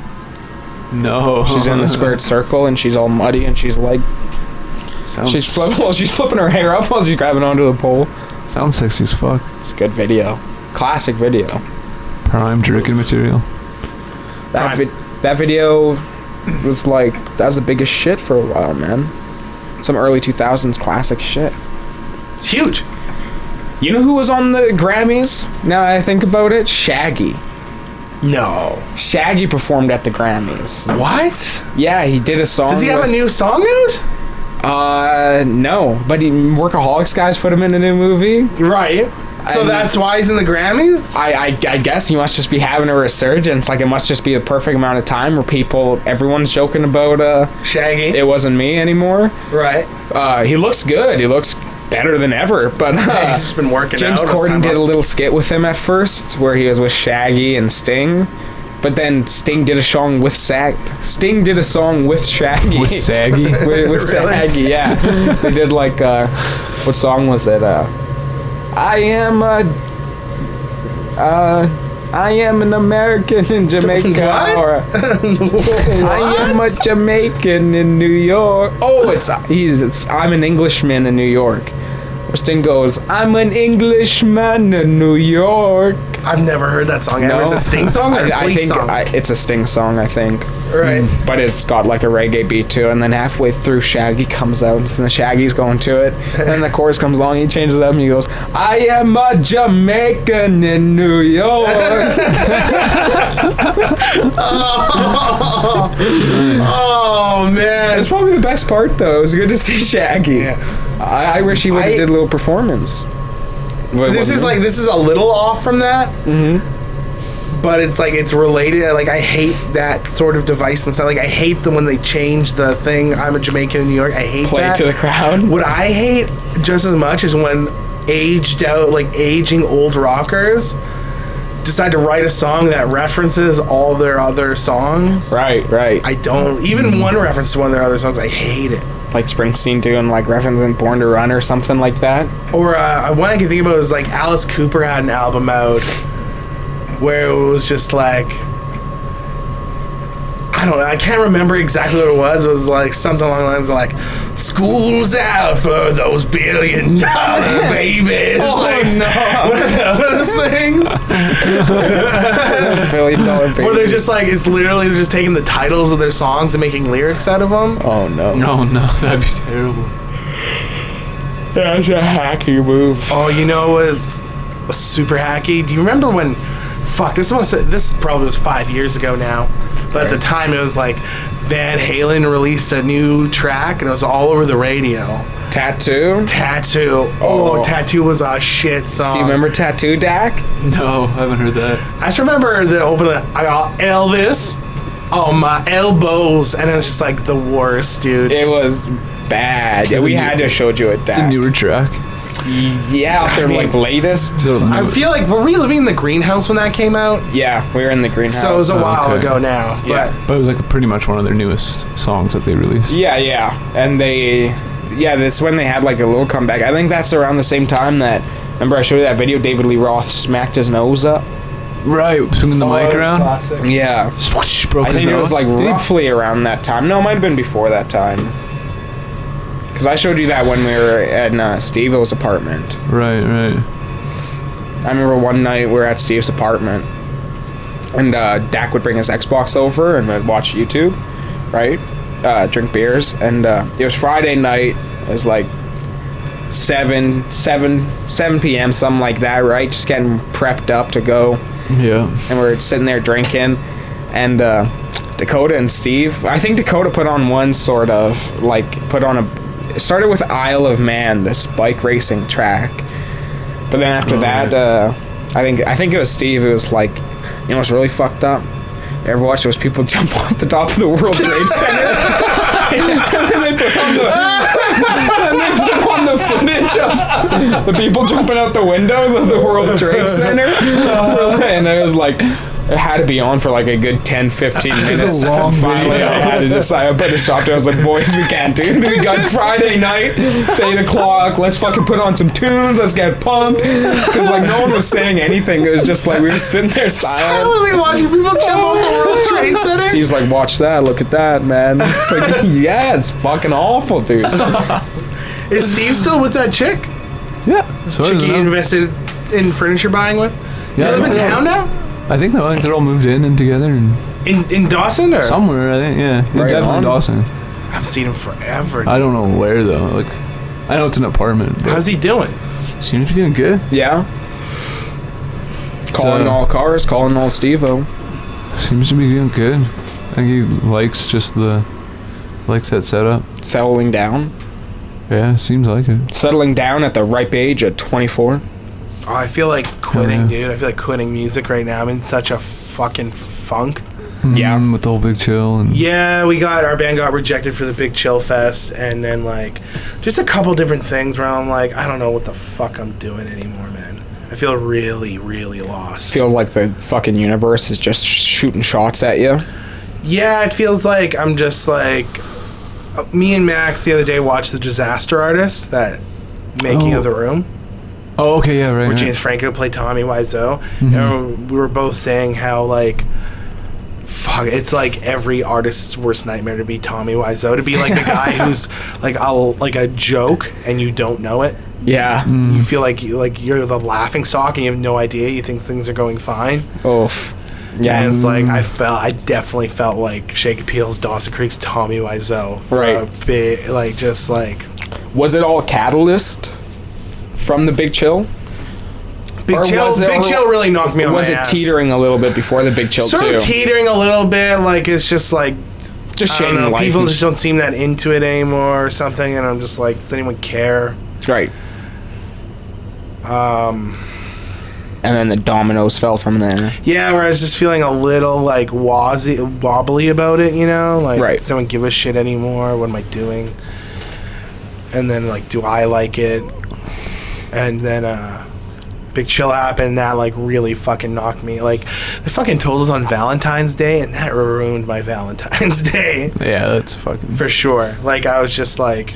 Speaker 1: No.
Speaker 4: She's in the squared circle and she's all muddy and she's like
Speaker 1: Sounds,
Speaker 4: she's flipping, well, she's flipping her hair up while she's grabbing onto the pole.
Speaker 1: sounds sexy as fuck.
Speaker 4: It's a good video. Classic video.
Speaker 1: Prime jerking material.
Speaker 4: That vi- that video was like that was the biggest shit for a while, man. Some early 2000s classic shit.
Speaker 3: It's huge.
Speaker 4: You know who was on the Grammys? Now that I think about it, Shaggy.
Speaker 3: No.
Speaker 4: Shaggy performed at the Grammys.
Speaker 3: What?
Speaker 4: Yeah, he did a song.
Speaker 3: Does he have
Speaker 4: with-
Speaker 3: a new song out?
Speaker 4: Uh, no. But he, Workaholics guys put him in a new movie.
Speaker 3: Right. So
Speaker 4: I-
Speaker 3: that's why he's in the Grammys.
Speaker 4: I, I, I guess he must just be having a resurgence. Like, it must just be the perfect amount of time where people, everyone's joking about, uh,
Speaker 3: Shaggy.
Speaker 4: it wasn't me anymore.
Speaker 3: right.
Speaker 4: Uh, he looks good. He looks better than ever. But,
Speaker 3: He's
Speaker 4: uh,
Speaker 3: just been working
Speaker 4: James
Speaker 3: out. It's
Speaker 4: Corden
Speaker 3: time
Speaker 4: did a
Speaker 3: up.
Speaker 4: little skit with him at first where he was with Shaggy and Sting. But then Sting did a song with Sag. Sting did a song with Shaggy.
Speaker 1: With Saggy?
Speaker 4: with, with
Speaker 3: Really?
Speaker 4: Shaggy, yeah. they did like uh, what song was it? Uh, I am a, uh, I am an American in Jamaica.
Speaker 3: What?
Speaker 4: Or I am a Jamaican in New York. Oh, it's he's it's I'm an Englishman in New York. Where Sting goes, I'm an Englishman in New York.
Speaker 3: I've never heard that song ever. Is it a Sting song or a
Speaker 4: I, I
Speaker 3: Police
Speaker 4: think
Speaker 3: song?
Speaker 4: I, it's a Sting song, I think.
Speaker 3: right.
Speaker 4: But it's got like a reggae beat to it, and then halfway through, Shaggy comes out, and the Shaggy's going to it. And then the chorus comes along, he changes it up, and he goes, "I am a Jamaican in New York."
Speaker 3: Oh man.
Speaker 4: it's probably the best part, though. It was good to see Shaggy.
Speaker 3: Yeah.
Speaker 4: I, I wish he would
Speaker 3: I-
Speaker 4: have did a little performance. Wait,
Speaker 3: This
Speaker 4: wasn't
Speaker 3: is
Speaker 4: it?
Speaker 3: like this is a little off from that. Mm-hmm. But it's like it's related. Like I hate that sort of device and stuff. Like I hate the when they change the thing. I'm a Jamaican in New York. I hate
Speaker 4: play
Speaker 3: that.
Speaker 4: to the crowd.
Speaker 3: What I hate just as much is when aged out, like aging old rockers, decide to write a song that references all their other songs.
Speaker 4: Right, right.
Speaker 3: I don't even one reference to one of their other songs. I hate it.
Speaker 4: like Springsteen doing like referencing Born to Run or something like that.
Speaker 3: Or uh, one I can think about is like Alice Cooper had an album out where it was just like I don't know. I can't remember exactly what it was. It was like something along the lines of like "School's out for those billion dollar babies." like
Speaker 4: no!
Speaker 3: one of those things.
Speaker 4: Billion dollar baby.
Speaker 3: Or they're just like it's literally they're just taking the titles of their songs and making lyrics out of them.
Speaker 4: Oh no!
Speaker 1: No, no, that'd be terrible.
Speaker 4: That's a hacky move.
Speaker 3: Oh, you know what was, was super hacky. Do you remember when? Fuck, this was this probably was five years ago now, but at the time it was like Van Halen released a new track and it was all over the radio.
Speaker 4: Tattoo.
Speaker 3: Tattoo. Oh,
Speaker 4: Oh.
Speaker 3: Tattoo was a shit song.
Speaker 4: Do you remember Tattoo Dak?
Speaker 1: No, I haven't heard that.
Speaker 3: I just remember the opening. I got Elvis on my elbows, and it was just like the worst, dude.
Speaker 4: It was bad.
Speaker 1: It's a
Speaker 4: we
Speaker 1: new-
Speaker 4: had to show you it.
Speaker 1: It's a
Speaker 4: Dak.
Speaker 1: newer track.
Speaker 4: yeah, their
Speaker 3: I mean- uh,
Speaker 4: like latest.
Speaker 3: I feel like were we living in the greenhouse when that came out?
Speaker 4: Yeah, we were in the greenhouse.
Speaker 3: So it was a
Speaker 1: Oh,
Speaker 3: while
Speaker 1: okay.
Speaker 3: ago now.
Speaker 4: Yeah.
Speaker 1: But it was like pretty much one of their newest songs that they released.
Speaker 4: Yeah, yeah. And they, yeah, that's when they had like a little comeback. I think that's around the same time that, remember I showed you that video, David Lee Roth smacked his nose up?
Speaker 1: Right, swinging the
Speaker 3: But
Speaker 1: mic
Speaker 3: it was
Speaker 1: around.
Speaker 3: classic.
Speaker 4: Yeah.
Speaker 1: Swoosh, broke
Speaker 4: I
Speaker 1: his
Speaker 4: think it
Speaker 1: nose.
Speaker 4: was like
Speaker 1: Did he-
Speaker 4: roughly around that time. No, it might have been before that time. Because I showed you that when we were at uh, Steve O's apartment.
Speaker 1: Right, right.
Speaker 4: I remember one night we were at Steve's apartment, and uh, Dak would bring his Xbox over and we'd watch YouTube, right? Uh, drink beers, and uh, it was Friday night. It was like seven, seven, seven p.m. something like that, right? Just getting prepped up to go,
Speaker 1: Yeah.
Speaker 4: and we are sitting there drinking, and uh, Dakota and Steve. I think Dakota put on one sort of like put on a. It started with Isle of Man, this bike racing track. But then after that,
Speaker 1: Alright.
Speaker 4: uh, I think I think it was Steve. It was like, you know, it's really fucked up. Ever watch those people jump off the top of the World Trade Center? and then they put on the, and they put on the footage of the people jumping out the windows of the World Trade Center. and it was like, it had to be on for like a good 10, 15 minutes.
Speaker 1: a long
Speaker 4: Finally,
Speaker 1: video.
Speaker 4: I had to just, I put a stop to it. I was like, boys, we can't do this. We got it's Friday night. It's 8 o'clock. Let's fucking put on some tunes. Let's get pumped. Because like no one was saying anything. It was just like, we were sitting there silent.
Speaker 3: Silently watching people jump off the World Trade Center.
Speaker 4: Steve's like, watch that, look at that, man. It's like, yeah, it's fucking awful, dude.
Speaker 3: Is Steve still with that chick?
Speaker 1: Yeah. So I,
Speaker 3: Chick
Speaker 1: don't
Speaker 3: he
Speaker 1: know.
Speaker 3: invested in furniture buying with? Do
Speaker 1: Yeah, I
Speaker 3: they live in
Speaker 1: think-
Speaker 3: town now?
Speaker 1: I think so. I think they're all moved in and together and
Speaker 3: In in Dawson or?
Speaker 1: somewhere. I think yeah, They're
Speaker 4: Right
Speaker 1: definitely
Speaker 4: on.
Speaker 1: Dawson.
Speaker 3: I've seen him forever.
Speaker 1: I don't know where though. Like, I know it's an apartment. But
Speaker 3: How's he doing?
Speaker 1: seems to be doing good.
Speaker 4: Yeah. Calling
Speaker 1: So-
Speaker 4: all cars, calling all Stevo.
Speaker 1: Seems to be doing good. I think he likes just the likes that setup.
Speaker 4: Settling down.
Speaker 1: Yeah, seems like it.
Speaker 4: Settling down at the ripe age of 24.
Speaker 3: Oh, I feel like quitting,
Speaker 1: Yeah.
Speaker 3: dude. I feel like quitting music right now. I'm in such a fucking funk.
Speaker 4: Hmm. Yeah.
Speaker 1: Mm, with the whole big chill and
Speaker 3: Yeah, we got our band got rejected for the Big Chill Fest, and then like just a couple different things where I'm like, I don't know what the fuck I'm doing anymore, man. I feel really, really lost.
Speaker 4: Feels like the fucking universe is just shooting shots at you.
Speaker 3: yeah, it feels like I'm just like uh, me and Max the other day watched the Disaster Artist that making
Speaker 1: Oh.
Speaker 3: of the room.
Speaker 1: oh okay yeah right.
Speaker 3: where
Speaker 1: right.
Speaker 3: James Franco played Tommy Wiseau, and we were both saying how like. Fuck! It's like every artist's worst nightmare to be Tommy Wiseau, to be like the guy who's like a like a joke and you don't know it.
Speaker 4: Yeah.
Speaker 3: You feel like you like you're the laughing stock and you have no idea. You think things are going fine.
Speaker 4: Oof.
Speaker 3: Yeah,
Speaker 4: Yeah.
Speaker 3: it's like I felt, I definitely felt like Shake Peel's Dawson Creek's Tommy Wiseau for
Speaker 4: Right.
Speaker 3: a bit, like just like
Speaker 4: Was it all Catalyst from the Big Chill?
Speaker 3: Big
Speaker 4: Or
Speaker 3: Chill.
Speaker 4: was it-
Speaker 3: Big
Speaker 4: or-
Speaker 3: Chill really knocked me
Speaker 4: Or
Speaker 3: on
Speaker 4: was
Speaker 3: my
Speaker 4: it
Speaker 3: ass.
Speaker 4: teetering a little bit before the Big Chill,
Speaker 3: Oh, Sort
Speaker 4: too?
Speaker 3: of teetering a little bit. Like it's just like
Speaker 4: just
Speaker 3: I don't
Speaker 4: shading
Speaker 3: know,
Speaker 4: life.
Speaker 3: people
Speaker 4: and-
Speaker 3: just don't seem that into it anymore or something, and I'm just like, does anyone care?
Speaker 4: Right.
Speaker 3: Um,
Speaker 4: And then the dominoes fell from there.
Speaker 3: yeah, where I was just feeling a little like wazzy, wobbly about it, you know, like
Speaker 4: Right.
Speaker 3: does anyone give a shit anymore? What am I doing? And then like, do I like it? And then uh, big chill happened. That like really fucking knocked me. Like, they fucking told us on Valentine's Day, and that ruined my Valentine's Day.
Speaker 1: Yeah, that's fucking.
Speaker 3: for sure. Like I was just like,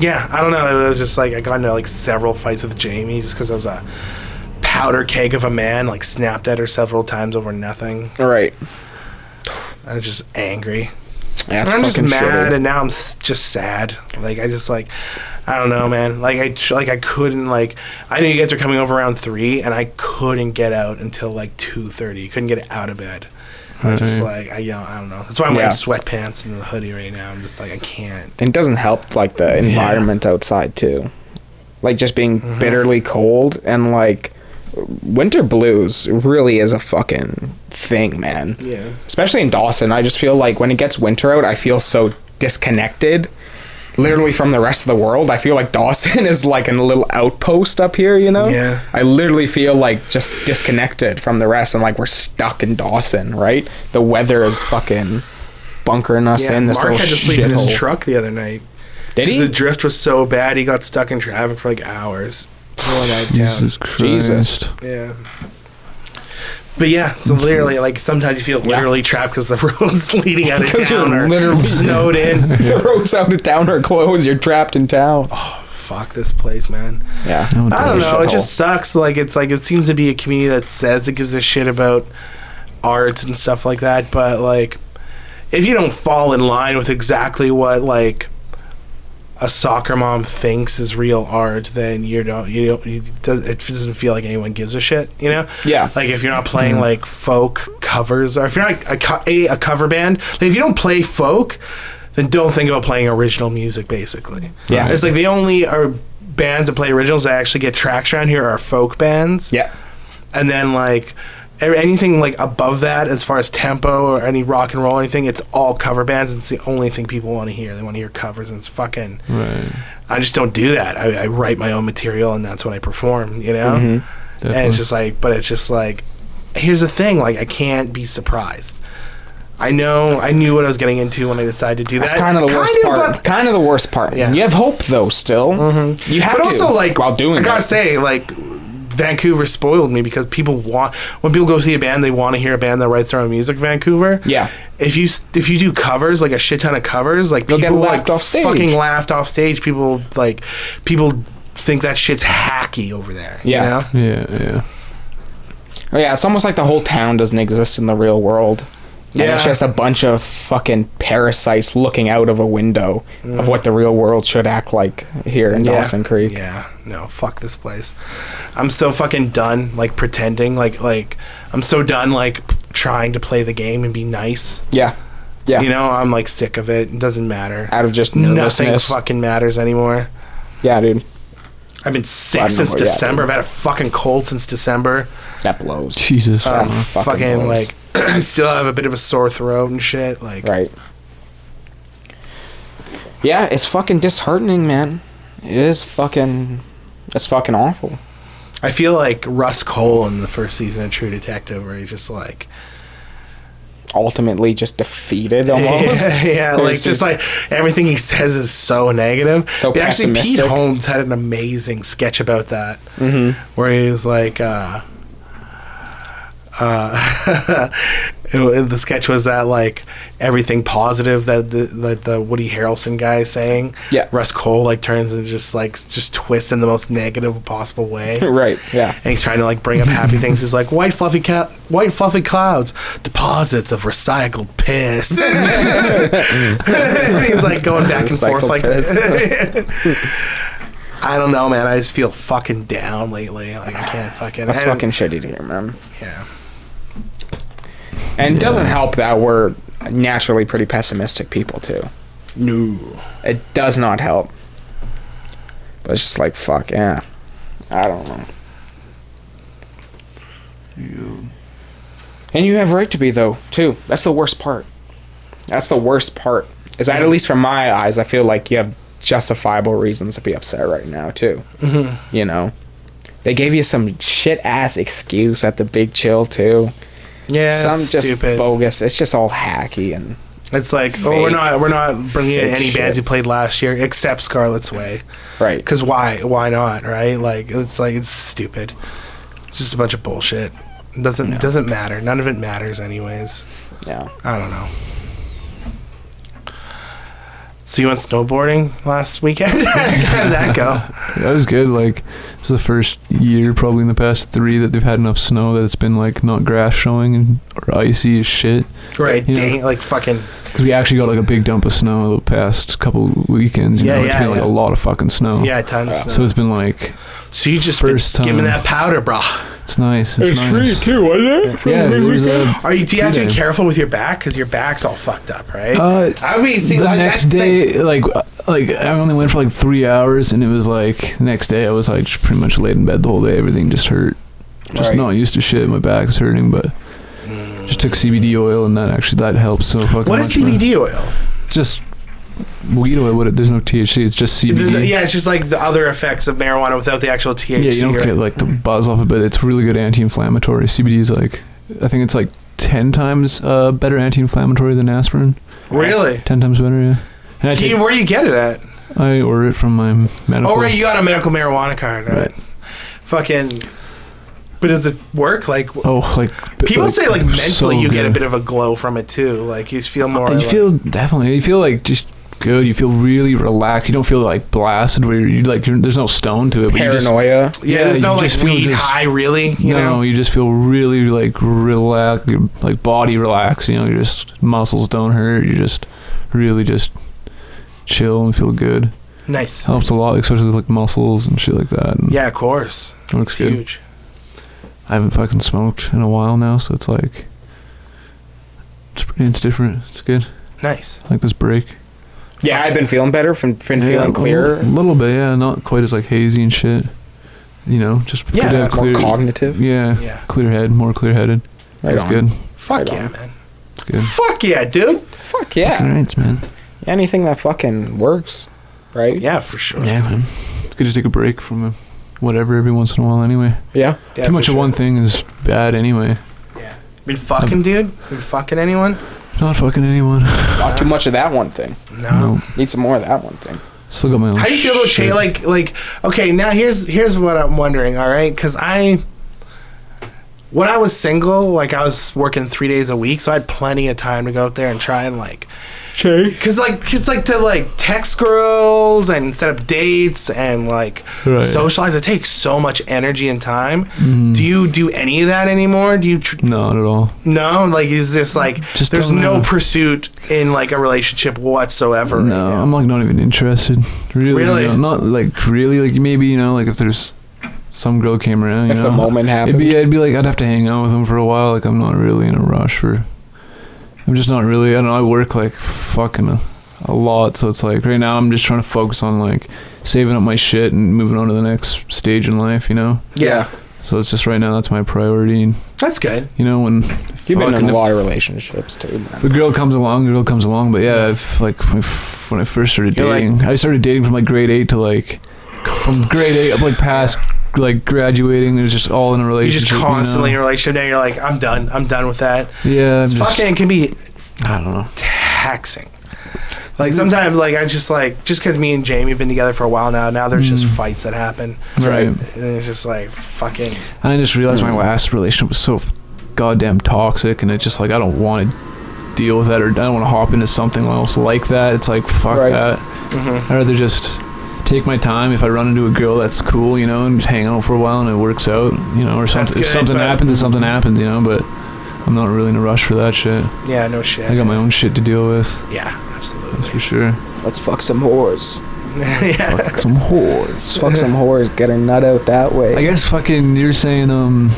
Speaker 3: yeah, I don't know. It was just like I got into like several fights with Jamie just because I was a powder keg of a man. Like snapped at her several times over nothing.
Speaker 4: All right.
Speaker 3: I was just angry.
Speaker 4: Yeah,
Speaker 3: And
Speaker 4: that's
Speaker 3: I'm just
Speaker 4: fucking
Speaker 3: mad,
Speaker 4: shitty.
Speaker 3: and now I'm s- just sad. Like I just like, I don't know, man. Like I tr- like I couldn't like I knew you guys were coming over around three, and I couldn't get out until like two thirty. Couldn't get out of bed. I was just like I, you know, I don't know. That's why I'm wearing
Speaker 4: Yeah.
Speaker 3: sweatpants and a hoodie right now. I'm just like I can't.
Speaker 4: And it doesn't help like the environment outside too like just being
Speaker 3: Mm-hmm.
Speaker 4: bitterly cold and like winter blues really is a fucking thing man
Speaker 3: Yeah.
Speaker 4: especially in dawson i just feel like when it gets winter out i feel so disconnected literally from the rest of the world i feel like dawson is like in a little outpost up here you know
Speaker 3: Yeah.
Speaker 4: i literally feel like just disconnected from the rest and like we're stuck in dawson right the weather is fucking bunkering us
Speaker 3: Yeah,
Speaker 4: in this
Speaker 3: Mark
Speaker 4: little
Speaker 3: had to sleep in his
Speaker 4: shithole.
Speaker 3: truck the other night.
Speaker 4: did he
Speaker 3: The drift was so bad he got stuck in traffic for like hours. Going out of town.
Speaker 1: Jesus Christ.
Speaker 4: Jesus.
Speaker 3: Yeah. But yeah, so literally, like sometimes you feel literally trapped because the roads leading out of
Speaker 4: 'Cause
Speaker 3: town
Speaker 4: you're
Speaker 3: are
Speaker 4: literally-
Speaker 3: snowed in.
Speaker 4: the roads out of town are closed. You're trapped in town.
Speaker 3: Fuck this place, man.
Speaker 4: Yeah.
Speaker 1: No, it
Speaker 3: I
Speaker 1: doesn't.
Speaker 3: don't
Speaker 4: It's a
Speaker 3: know. It
Speaker 4: shithole.
Speaker 3: just sucks. Like it's like it seems to be a community that says it gives a shit about arts and stuff like that, but like if you don't fall in line with exactly what like a soccer mom thinks is real art, then you don't you don't you does, it doesn't feel like anyone gives a shit, you know?
Speaker 4: Yeah.
Speaker 3: Like if you're not playing like folk covers, or if you're not a, co- a, a cover band, like, if you don't play folk, then don't think about playing original music. Basically,
Speaker 4: Yeah.
Speaker 3: it's like the only are bands that play originals that actually get tracks around here are folk bands,
Speaker 4: Yeah.
Speaker 3: and then like a- anything like above that as far as tempo or any rock and roll or anything it's all cover bands it's the only thing people want to hear they want to hear covers and it's fucking
Speaker 1: Right.
Speaker 3: i just don't do that i, I
Speaker 4: Mm-hmm.
Speaker 3: write my own material and that's what i perform you know and
Speaker 1: Definitely.
Speaker 3: it's just like but it's just like here's the thing: like, I can't be surprised. I know. I knew what I was getting into when I decided to do
Speaker 4: That's
Speaker 3: that.
Speaker 4: kind of the worst part.
Speaker 3: but-
Speaker 4: kind of the worst part.
Speaker 3: Yeah.
Speaker 4: You have hope though, still. Mm-hmm. You have
Speaker 3: but
Speaker 4: to.
Speaker 3: also like
Speaker 4: while doing
Speaker 3: I gotta
Speaker 4: it.
Speaker 3: say like Vancouver spoiled me because people want when people go see a band they want to hear a band that writes their own music. Vancouver,
Speaker 4: Yeah.
Speaker 3: If you s- if you do covers like a shit ton of covers, like
Speaker 4: You'll get
Speaker 3: people
Speaker 4: laughed
Speaker 3: like
Speaker 4: off stage.
Speaker 3: fucking laughed off stage. People like people think that shit's hacky over there.
Speaker 4: Yeah.
Speaker 3: you know?
Speaker 1: Yeah, yeah.
Speaker 4: Oh, yeah, it's almost like the whole town doesn't exist in the real world. Yeah.
Speaker 3: Yeah.
Speaker 4: it's just a bunch of fucking parasites looking out of a window of what the real world should act like here in
Speaker 3: Mm. Yeah.
Speaker 4: Dawson Creek.
Speaker 3: Yeah, no, fuck this place. I'm so fucking done like pretending like like I'm so done like p- trying to play the game and be nice.
Speaker 4: Yeah. Yeah.
Speaker 3: You know, I'm like sick of it. It doesn't matter.
Speaker 4: Out of just
Speaker 3: Nothing
Speaker 4: nervousness.
Speaker 3: fucking matters anymore.
Speaker 4: Yeah, dude.
Speaker 3: I've been sick
Speaker 4: Platinum
Speaker 3: since
Speaker 4: or- yeah,
Speaker 3: December. I've had a fucking cold since December.
Speaker 4: That blows.
Speaker 1: Jesus.
Speaker 3: Uh,
Speaker 4: That fucking
Speaker 3: fucking
Speaker 4: blows.
Speaker 3: like, I still have a bit of a sore throat and shit. Like,
Speaker 4: Right. Yeah, it's fucking disheartening, man. It is fucking. It's fucking awful.
Speaker 3: I feel like Russ Cole in the first season of True Detective, where he's just like,
Speaker 4: Ultimately, just defeated almost.
Speaker 3: yeah, yeah, like just like everything he says is so negative.
Speaker 4: So
Speaker 3: But actually, Pete
Speaker 4: pessimistic.
Speaker 3: Holmes had an amazing sketch about that,
Speaker 4: Mm-hmm.
Speaker 3: where he was like, uh, uh, it, wa- the sketch was that like everything positive that the, that the Woody Harrelson guy is saying,
Speaker 4: Yeah.
Speaker 3: Russ Cole like turns and just like just twists in the most negative possible way.
Speaker 4: right. Yeah.
Speaker 3: And he's trying to like bring up happy things. He's like white fluffy ca- white fluffy clouds, deposits of recycled piss. And he's like going back and forth
Speaker 4: Recycled
Speaker 3: like this. I don't know, man. I just feel fucking down lately. Like I can't fucking.
Speaker 4: That's
Speaker 3: I don't-
Speaker 4: fucking shitty to hear, man.
Speaker 3: Yeah.
Speaker 4: And it doesn't help that we're naturally pretty pessimistic people too.
Speaker 3: No.
Speaker 4: It does not help. But it's just like fuck, yeah. I don't know. And you have right to be though, too. That's the worst part. That's the worst part. Is that at least from my eyes, I feel like you have justifiable reasons to be upset right now too. Mm-hmm. You know, they gave you some shit ass excuse at the big chill too.
Speaker 3: Yeah.
Speaker 4: some
Speaker 3: it's
Speaker 4: just
Speaker 3: stupid.
Speaker 4: bogus. It's just all hacky and
Speaker 3: it's like oh, we're
Speaker 4: fake-
Speaker 3: not we're not bringing in
Speaker 4: fake
Speaker 3: any bands
Speaker 4: shit.
Speaker 3: you played last year except Scarlet's Way.
Speaker 4: right.
Speaker 3: Cause why? Why not? Right? Like it's like it's stupid. It's just a bunch of bullshit. It doesn't it doesn't matter. None of it matters, anyways.
Speaker 4: Yeah.
Speaker 3: I don't know. So you went snowboarding last weekend? How did that go?
Speaker 1: That was good. Like, it's the first year, probably in the past three, that they've had enough snow that it's been like not grass showing and or icy as shit.
Speaker 3: Right,
Speaker 1: Yeah.
Speaker 3: dang, like fucking.
Speaker 1: Because we actually got like a big dump of snow the past couple weekends. You
Speaker 3: Yeah,
Speaker 1: know, it's
Speaker 3: yeah,
Speaker 1: been like
Speaker 3: yeah.
Speaker 1: a lot of fucking snow.
Speaker 3: Yeah, tons. of
Speaker 1: Oh. So
Speaker 3: snow.
Speaker 1: it's been like
Speaker 3: So you just been
Speaker 1: first
Speaker 3: skimming
Speaker 1: time.
Speaker 3: that powder, bro.
Speaker 1: it's nice. It's, nice.
Speaker 4: too, wasn't
Speaker 1: Yeah, it was, uh,
Speaker 3: Are you? Do you have to be
Speaker 1: Yeah.
Speaker 3: careful with your back because your back's all fucked up, right?
Speaker 1: Uh,
Speaker 3: I mean, see,
Speaker 1: the
Speaker 3: like,
Speaker 1: next
Speaker 3: that's the-
Speaker 1: day, like, uh, like I only went for like three hours, and it was like the next day I was like just pretty much laid in bed the whole day. Everything just hurt. Just
Speaker 4: Right.
Speaker 1: not used to shit. My back's hurting, but just took CBD oil, and that actually that helps so fucking
Speaker 3: what is
Speaker 1: much. man.
Speaker 3: CBD oil?
Speaker 1: It's just weed oil. What? it- There's no THC. It's just
Speaker 3: There's no-
Speaker 1: CBD.
Speaker 3: Yeah, it's just like the other effects of marijuana without the actual THC.
Speaker 1: Yeah, you don't
Speaker 3: right?
Speaker 1: get like the buzz off of it. It's really good anti-inflammatory. CBD is like, I think it's like ten times uh, better anti-inflammatory than aspirin.
Speaker 3: really.
Speaker 1: Ten times better, yeah. And I,
Speaker 3: Do you-
Speaker 1: take,
Speaker 3: where do you get it at?
Speaker 1: I order it from my medical.
Speaker 3: Oh, right, you got a medical marijuana card, right? Fucking. But does it work? Like w-
Speaker 1: Oh, like
Speaker 3: people say, like mentally,
Speaker 1: so
Speaker 3: you get a
Speaker 1: good. Uh,
Speaker 3: bit of a glow from it too. Like you just feel more.
Speaker 1: You
Speaker 3: like,
Speaker 1: feel definitely. You feel like just good. You feel really relaxed. You don't feel like blasted. Where you like you're, there's no stone to it. But you just,
Speaker 4: Paranoia.
Speaker 3: yeah,
Speaker 1: yeah,
Speaker 3: There's no
Speaker 1: you
Speaker 3: like
Speaker 1: just feel
Speaker 3: weed
Speaker 1: just-
Speaker 3: high, really. You
Speaker 1: no,
Speaker 3: know.
Speaker 1: you just feel really like relax. Your like body relax. You know, your just muscles don't hurt. You just really just chill and feel good.
Speaker 3: Nice.
Speaker 1: Helps a lot, especially with like muscles and shit like that. And
Speaker 3: Yeah, of course.
Speaker 1: works
Speaker 3: It's
Speaker 1: good.
Speaker 3: huge.
Speaker 1: I haven't fucking smoked in a while now, so it's like it's pretty. It's different. It's good.
Speaker 3: Nice.
Speaker 1: I like this break.
Speaker 4: Yeah, I've been feeling better. From
Speaker 1: Yeah,
Speaker 4: been feeling
Speaker 1: a little-
Speaker 4: clearer,
Speaker 1: little bit, yeah. Not quite as like hazy and shit. You know, just
Speaker 3: Yeah,
Speaker 1: pretty
Speaker 3: more
Speaker 1: clear.
Speaker 4: more cognitive.
Speaker 1: Yeah,
Speaker 3: Yeah.
Speaker 1: clear head, more clear headed.
Speaker 4: Right
Speaker 1: That's
Speaker 4: on.
Speaker 1: good.
Speaker 3: Fuck
Speaker 4: Right
Speaker 3: yeah,
Speaker 4: on.
Speaker 3: man.
Speaker 1: It's good.
Speaker 3: Fuck yeah, dude.
Speaker 4: Fuck
Speaker 1: Fucking
Speaker 4: yeah.
Speaker 1: rights, man.
Speaker 4: Anything that fucking works, right?
Speaker 3: Yeah, for sure.
Speaker 1: Yeah, man. It's good to take a break from uh, whatever every once in a while. Anyway,
Speaker 4: Yeah.
Speaker 3: Yeah,
Speaker 1: too
Speaker 3: for
Speaker 1: much of
Speaker 3: sure.
Speaker 1: one thing is bad. Anyway,
Speaker 3: Been
Speaker 1: Um,
Speaker 3: fucking, dude? Been fucking anyone?
Speaker 1: Not fucking anyone.
Speaker 4: Not too much of that one thing.
Speaker 3: No.
Speaker 4: Need some more of that one thing.
Speaker 1: Still got my own.
Speaker 3: How do you feel about
Speaker 1: shit.
Speaker 3: Chase? Like, like, okay, now here's here's what I'm wondering. All right, because I, when I was single, like I was working three days a week, so I had plenty of time to go up there and try and like
Speaker 4: Che.
Speaker 3: Cause like, cause like to like text girls and set up dates and like
Speaker 1: Right.
Speaker 3: socialize. It takes so much energy and time.
Speaker 1: Mhm.
Speaker 3: Do you do any of that anymore? Do you tr-
Speaker 1: Not at all.
Speaker 3: no? Like, is this like?
Speaker 1: Just
Speaker 3: there's
Speaker 1: don't
Speaker 3: no
Speaker 1: know.
Speaker 3: pursuit in like a relationship whatsoever. right
Speaker 1: No,
Speaker 3: now.
Speaker 1: I'm like not even interested. Really,
Speaker 3: Really?
Speaker 1: no, not like really. Like maybe you know, like if there's some girl came around, you
Speaker 4: If
Speaker 1: know,
Speaker 4: the moment
Speaker 1: it'd
Speaker 4: happened.
Speaker 1: be I'd be like I'd have to hang out with them for a while. Like I'm not really in a rush for. I'm just not really. I don't know. I work like fucking a, a lot, so it's like right now I'm just trying to focus on like saving up my shit and moving on to the next stage in life. You know,
Speaker 3: yeah,
Speaker 1: so it's just right now that's my priority. And,
Speaker 3: that's good.
Speaker 1: you know when
Speaker 4: You've been in
Speaker 1: fucking
Speaker 4: a
Speaker 1: if-
Speaker 4: lot of relationships too,
Speaker 1: the
Speaker 4: man.
Speaker 1: girl comes along, the girl comes along. But yeah, if, like when I f- when I first started
Speaker 3: You're like-
Speaker 1: dating, I started dating from like grade eight to like from grade eight up like past like graduating. It was just all in a
Speaker 3: You're
Speaker 1: relationship.
Speaker 3: just constantly in a relationship. Now you're like, I'm done. I'm done with that.
Speaker 1: You know? Yeah, I'm
Speaker 3: It's
Speaker 1: just,
Speaker 3: fucking it can be
Speaker 1: I don't know.
Speaker 3: taxing. Like
Speaker 1: Mm-hmm.
Speaker 3: sometimes, like I just like just because me and Jamie have been together for a while now. Now there's just
Speaker 1: Mm.
Speaker 3: fights that happen.
Speaker 1: Right.
Speaker 3: And it's just like fucking.
Speaker 1: And I just realized my
Speaker 4: Mm.
Speaker 1: last relationship was so goddamn toxic, and it's just like I don't want to deal with that, or I don't want to hop into something else like that. It's like fuck
Speaker 4: Right.
Speaker 1: that.
Speaker 3: Mm-hmm.
Speaker 1: I'd rather just take my time. If I run into a girl, that's cool, you know, and just hang out for a while and it works out, you know, or something.
Speaker 3: good,
Speaker 1: if something
Speaker 3: but-
Speaker 1: happens, if something happens, you know, but I'm not really in a rush for that shit.
Speaker 3: Yeah, no shit.
Speaker 1: I got my own shit to deal with,
Speaker 3: Yeah,
Speaker 1: that's for
Speaker 3: absolutely.
Speaker 1: sure.
Speaker 4: Let's fuck some whores.
Speaker 3: yeah.
Speaker 1: Fuck some whores.
Speaker 4: Let's fuck some whores. Get a nut out that way.
Speaker 1: I guess fucking you're saying, um,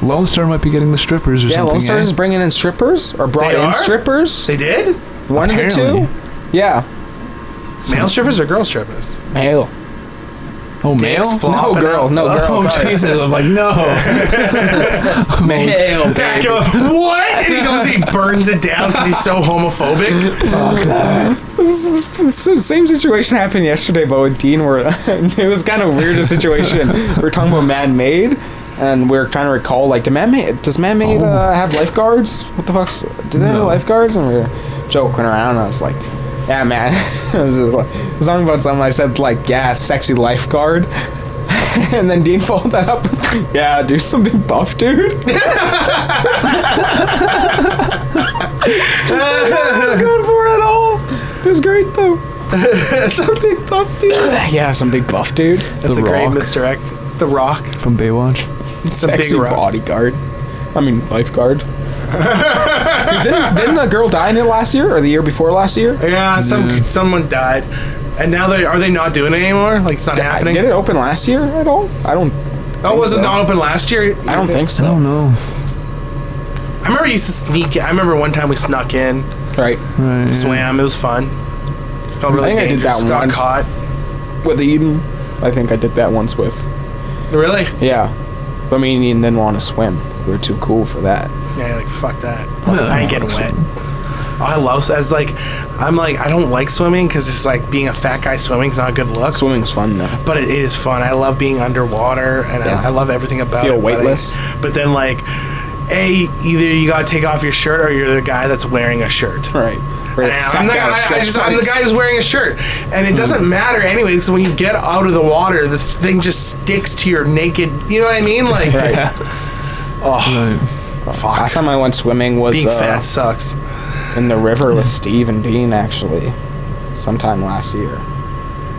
Speaker 1: Lone Star might be getting the strippers or
Speaker 4: yeah,
Speaker 1: something.
Speaker 4: Lone Star
Speaker 1: eh?
Speaker 4: is bringing in strippers or brought
Speaker 3: They
Speaker 4: in
Speaker 3: are?
Speaker 4: strippers.
Speaker 3: They did?
Speaker 4: One
Speaker 1: Apparently.
Speaker 4: of the two. Yeah,
Speaker 3: Male strippers or girl strippers?
Speaker 4: male.
Speaker 1: Oh,
Speaker 3: Dicks
Speaker 1: male?
Speaker 4: No
Speaker 3: flopping
Speaker 4: girl.
Speaker 3: out.
Speaker 4: No girl.
Speaker 1: Oh,
Speaker 4: sorry.
Speaker 1: Jesus. I'm like, no.
Speaker 4: Male.
Speaker 3: Back up. What? And he goes, he burns it down because he's so homophobic.
Speaker 4: So same situation happened yesterday, but with Dean, where it was kind of weird a situation. we were talking about man made, and we were trying to recall like, do man made does man made uh, have lifeguards? What the fuck's do they have
Speaker 1: No.
Speaker 4: lifeguards? And we were joking around. And I was like, yeah, man. I was just like, I was talking about something. I said like, yeah, sexy lifeguard. And then Dean followed that up. with, Yeah, dude, some big buff dude. I was going for it all. It was great though.
Speaker 3: That's a big buff, dude.
Speaker 4: Yeah, some big buff dude.
Speaker 3: That's a great
Speaker 1: Rock.
Speaker 3: misdirect. The Rock.
Speaker 1: From Baywatch.
Speaker 3: a big
Speaker 4: Sexy
Speaker 3: rock.
Speaker 4: bodyguard. I mean, lifeguard. 'Cause didn't, didn't a girl die in it last year or the year before last year?
Speaker 3: Yeah, some
Speaker 1: Yeah.
Speaker 3: someone died. And now they are they not doing it anymore? Like it's not happening.
Speaker 4: Did it open last year at all? I don't.
Speaker 3: Oh, was it
Speaker 4: so.
Speaker 3: not open last year?
Speaker 4: I don't think
Speaker 1: I
Speaker 4: so.
Speaker 1: don't know.
Speaker 3: I remember I used to sneak. I remember one time we snuck in,
Speaker 4: Right.
Speaker 1: Right. yeah.
Speaker 3: swam. It was fun. Felt really
Speaker 4: I think I did
Speaker 3: dangerous.
Speaker 4: that
Speaker 3: Got
Speaker 4: once.
Speaker 3: caught.
Speaker 4: With Eden, I think I did that once with.
Speaker 3: Really?
Speaker 4: Yeah. But me and Eden didn't want to swim. We were too cool for that.
Speaker 3: Yeah, like fuck that.
Speaker 1: No,
Speaker 3: I ain't getting
Speaker 1: fuck
Speaker 3: wet. I love. I was like, I'm like, I don't like swimming because it's like being a fat guy swimming is not a good look.
Speaker 4: Swimming's fun though.
Speaker 3: But it is fun. I love being underwater, and
Speaker 4: Yeah.
Speaker 3: I, I love everything about
Speaker 4: Feel
Speaker 3: it. but I-
Speaker 4: weightless.
Speaker 3: But, then like, a either you gotta take off your shirt or you're the guy that's wearing a shirt.
Speaker 4: Right. We're
Speaker 3: And I'm, the
Speaker 4: fat guy
Speaker 3: guy,
Speaker 4: with
Speaker 3: I- I
Speaker 4: stretched Hmm.
Speaker 3: just- I'm the
Speaker 4: legs.
Speaker 3: guy who's wearing a shirt, and it doesn't matter anyways. When you get out of the water, this thing just sticks to your naked. You know what I mean? Like, oh
Speaker 1: Right.
Speaker 3: fuck,
Speaker 4: Last time I went swimming was
Speaker 3: being
Speaker 4: uh,
Speaker 3: fat sucks.
Speaker 4: in the river with Steve and Dean actually, sometime last year.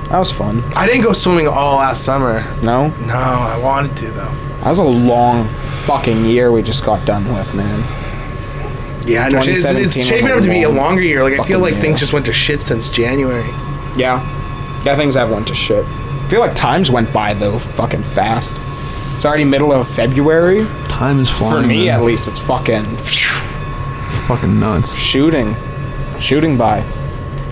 Speaker 4: That was fun.
Speaker 3: I didn't go swimming all last summer.
Speaker 4: No,
Speaker 3: No, I wanted to though.
Speaker 4: That was a long fucking year we just got done with, man.
Speaker 3: Yeah, no, it's, it's
Speaker 4: 2017
Speaker 3: shaping
Speaker 4: was a
Speaker 3: up to be a
Speaker 4: long
Speaker 3: longer year. Like I
Speaker 4: fucking
Speaker 3: feel like
Speaker 4: year.
Speaker 3: things just went to shit since January.
Speaker 4: Yeah. Yeah, things have went to shit. I feel like times went by though fucking fast. It's already middle of February.
Speaker 1: Time is
Speaker 4: For
Speaker 1: flying.
Speaker 4: me
Speaker 1: man.
Speaker 4: at least, it's fucking
Speaker 1: It's fucking nuts.
Speaker 4: shooting. Shooting by.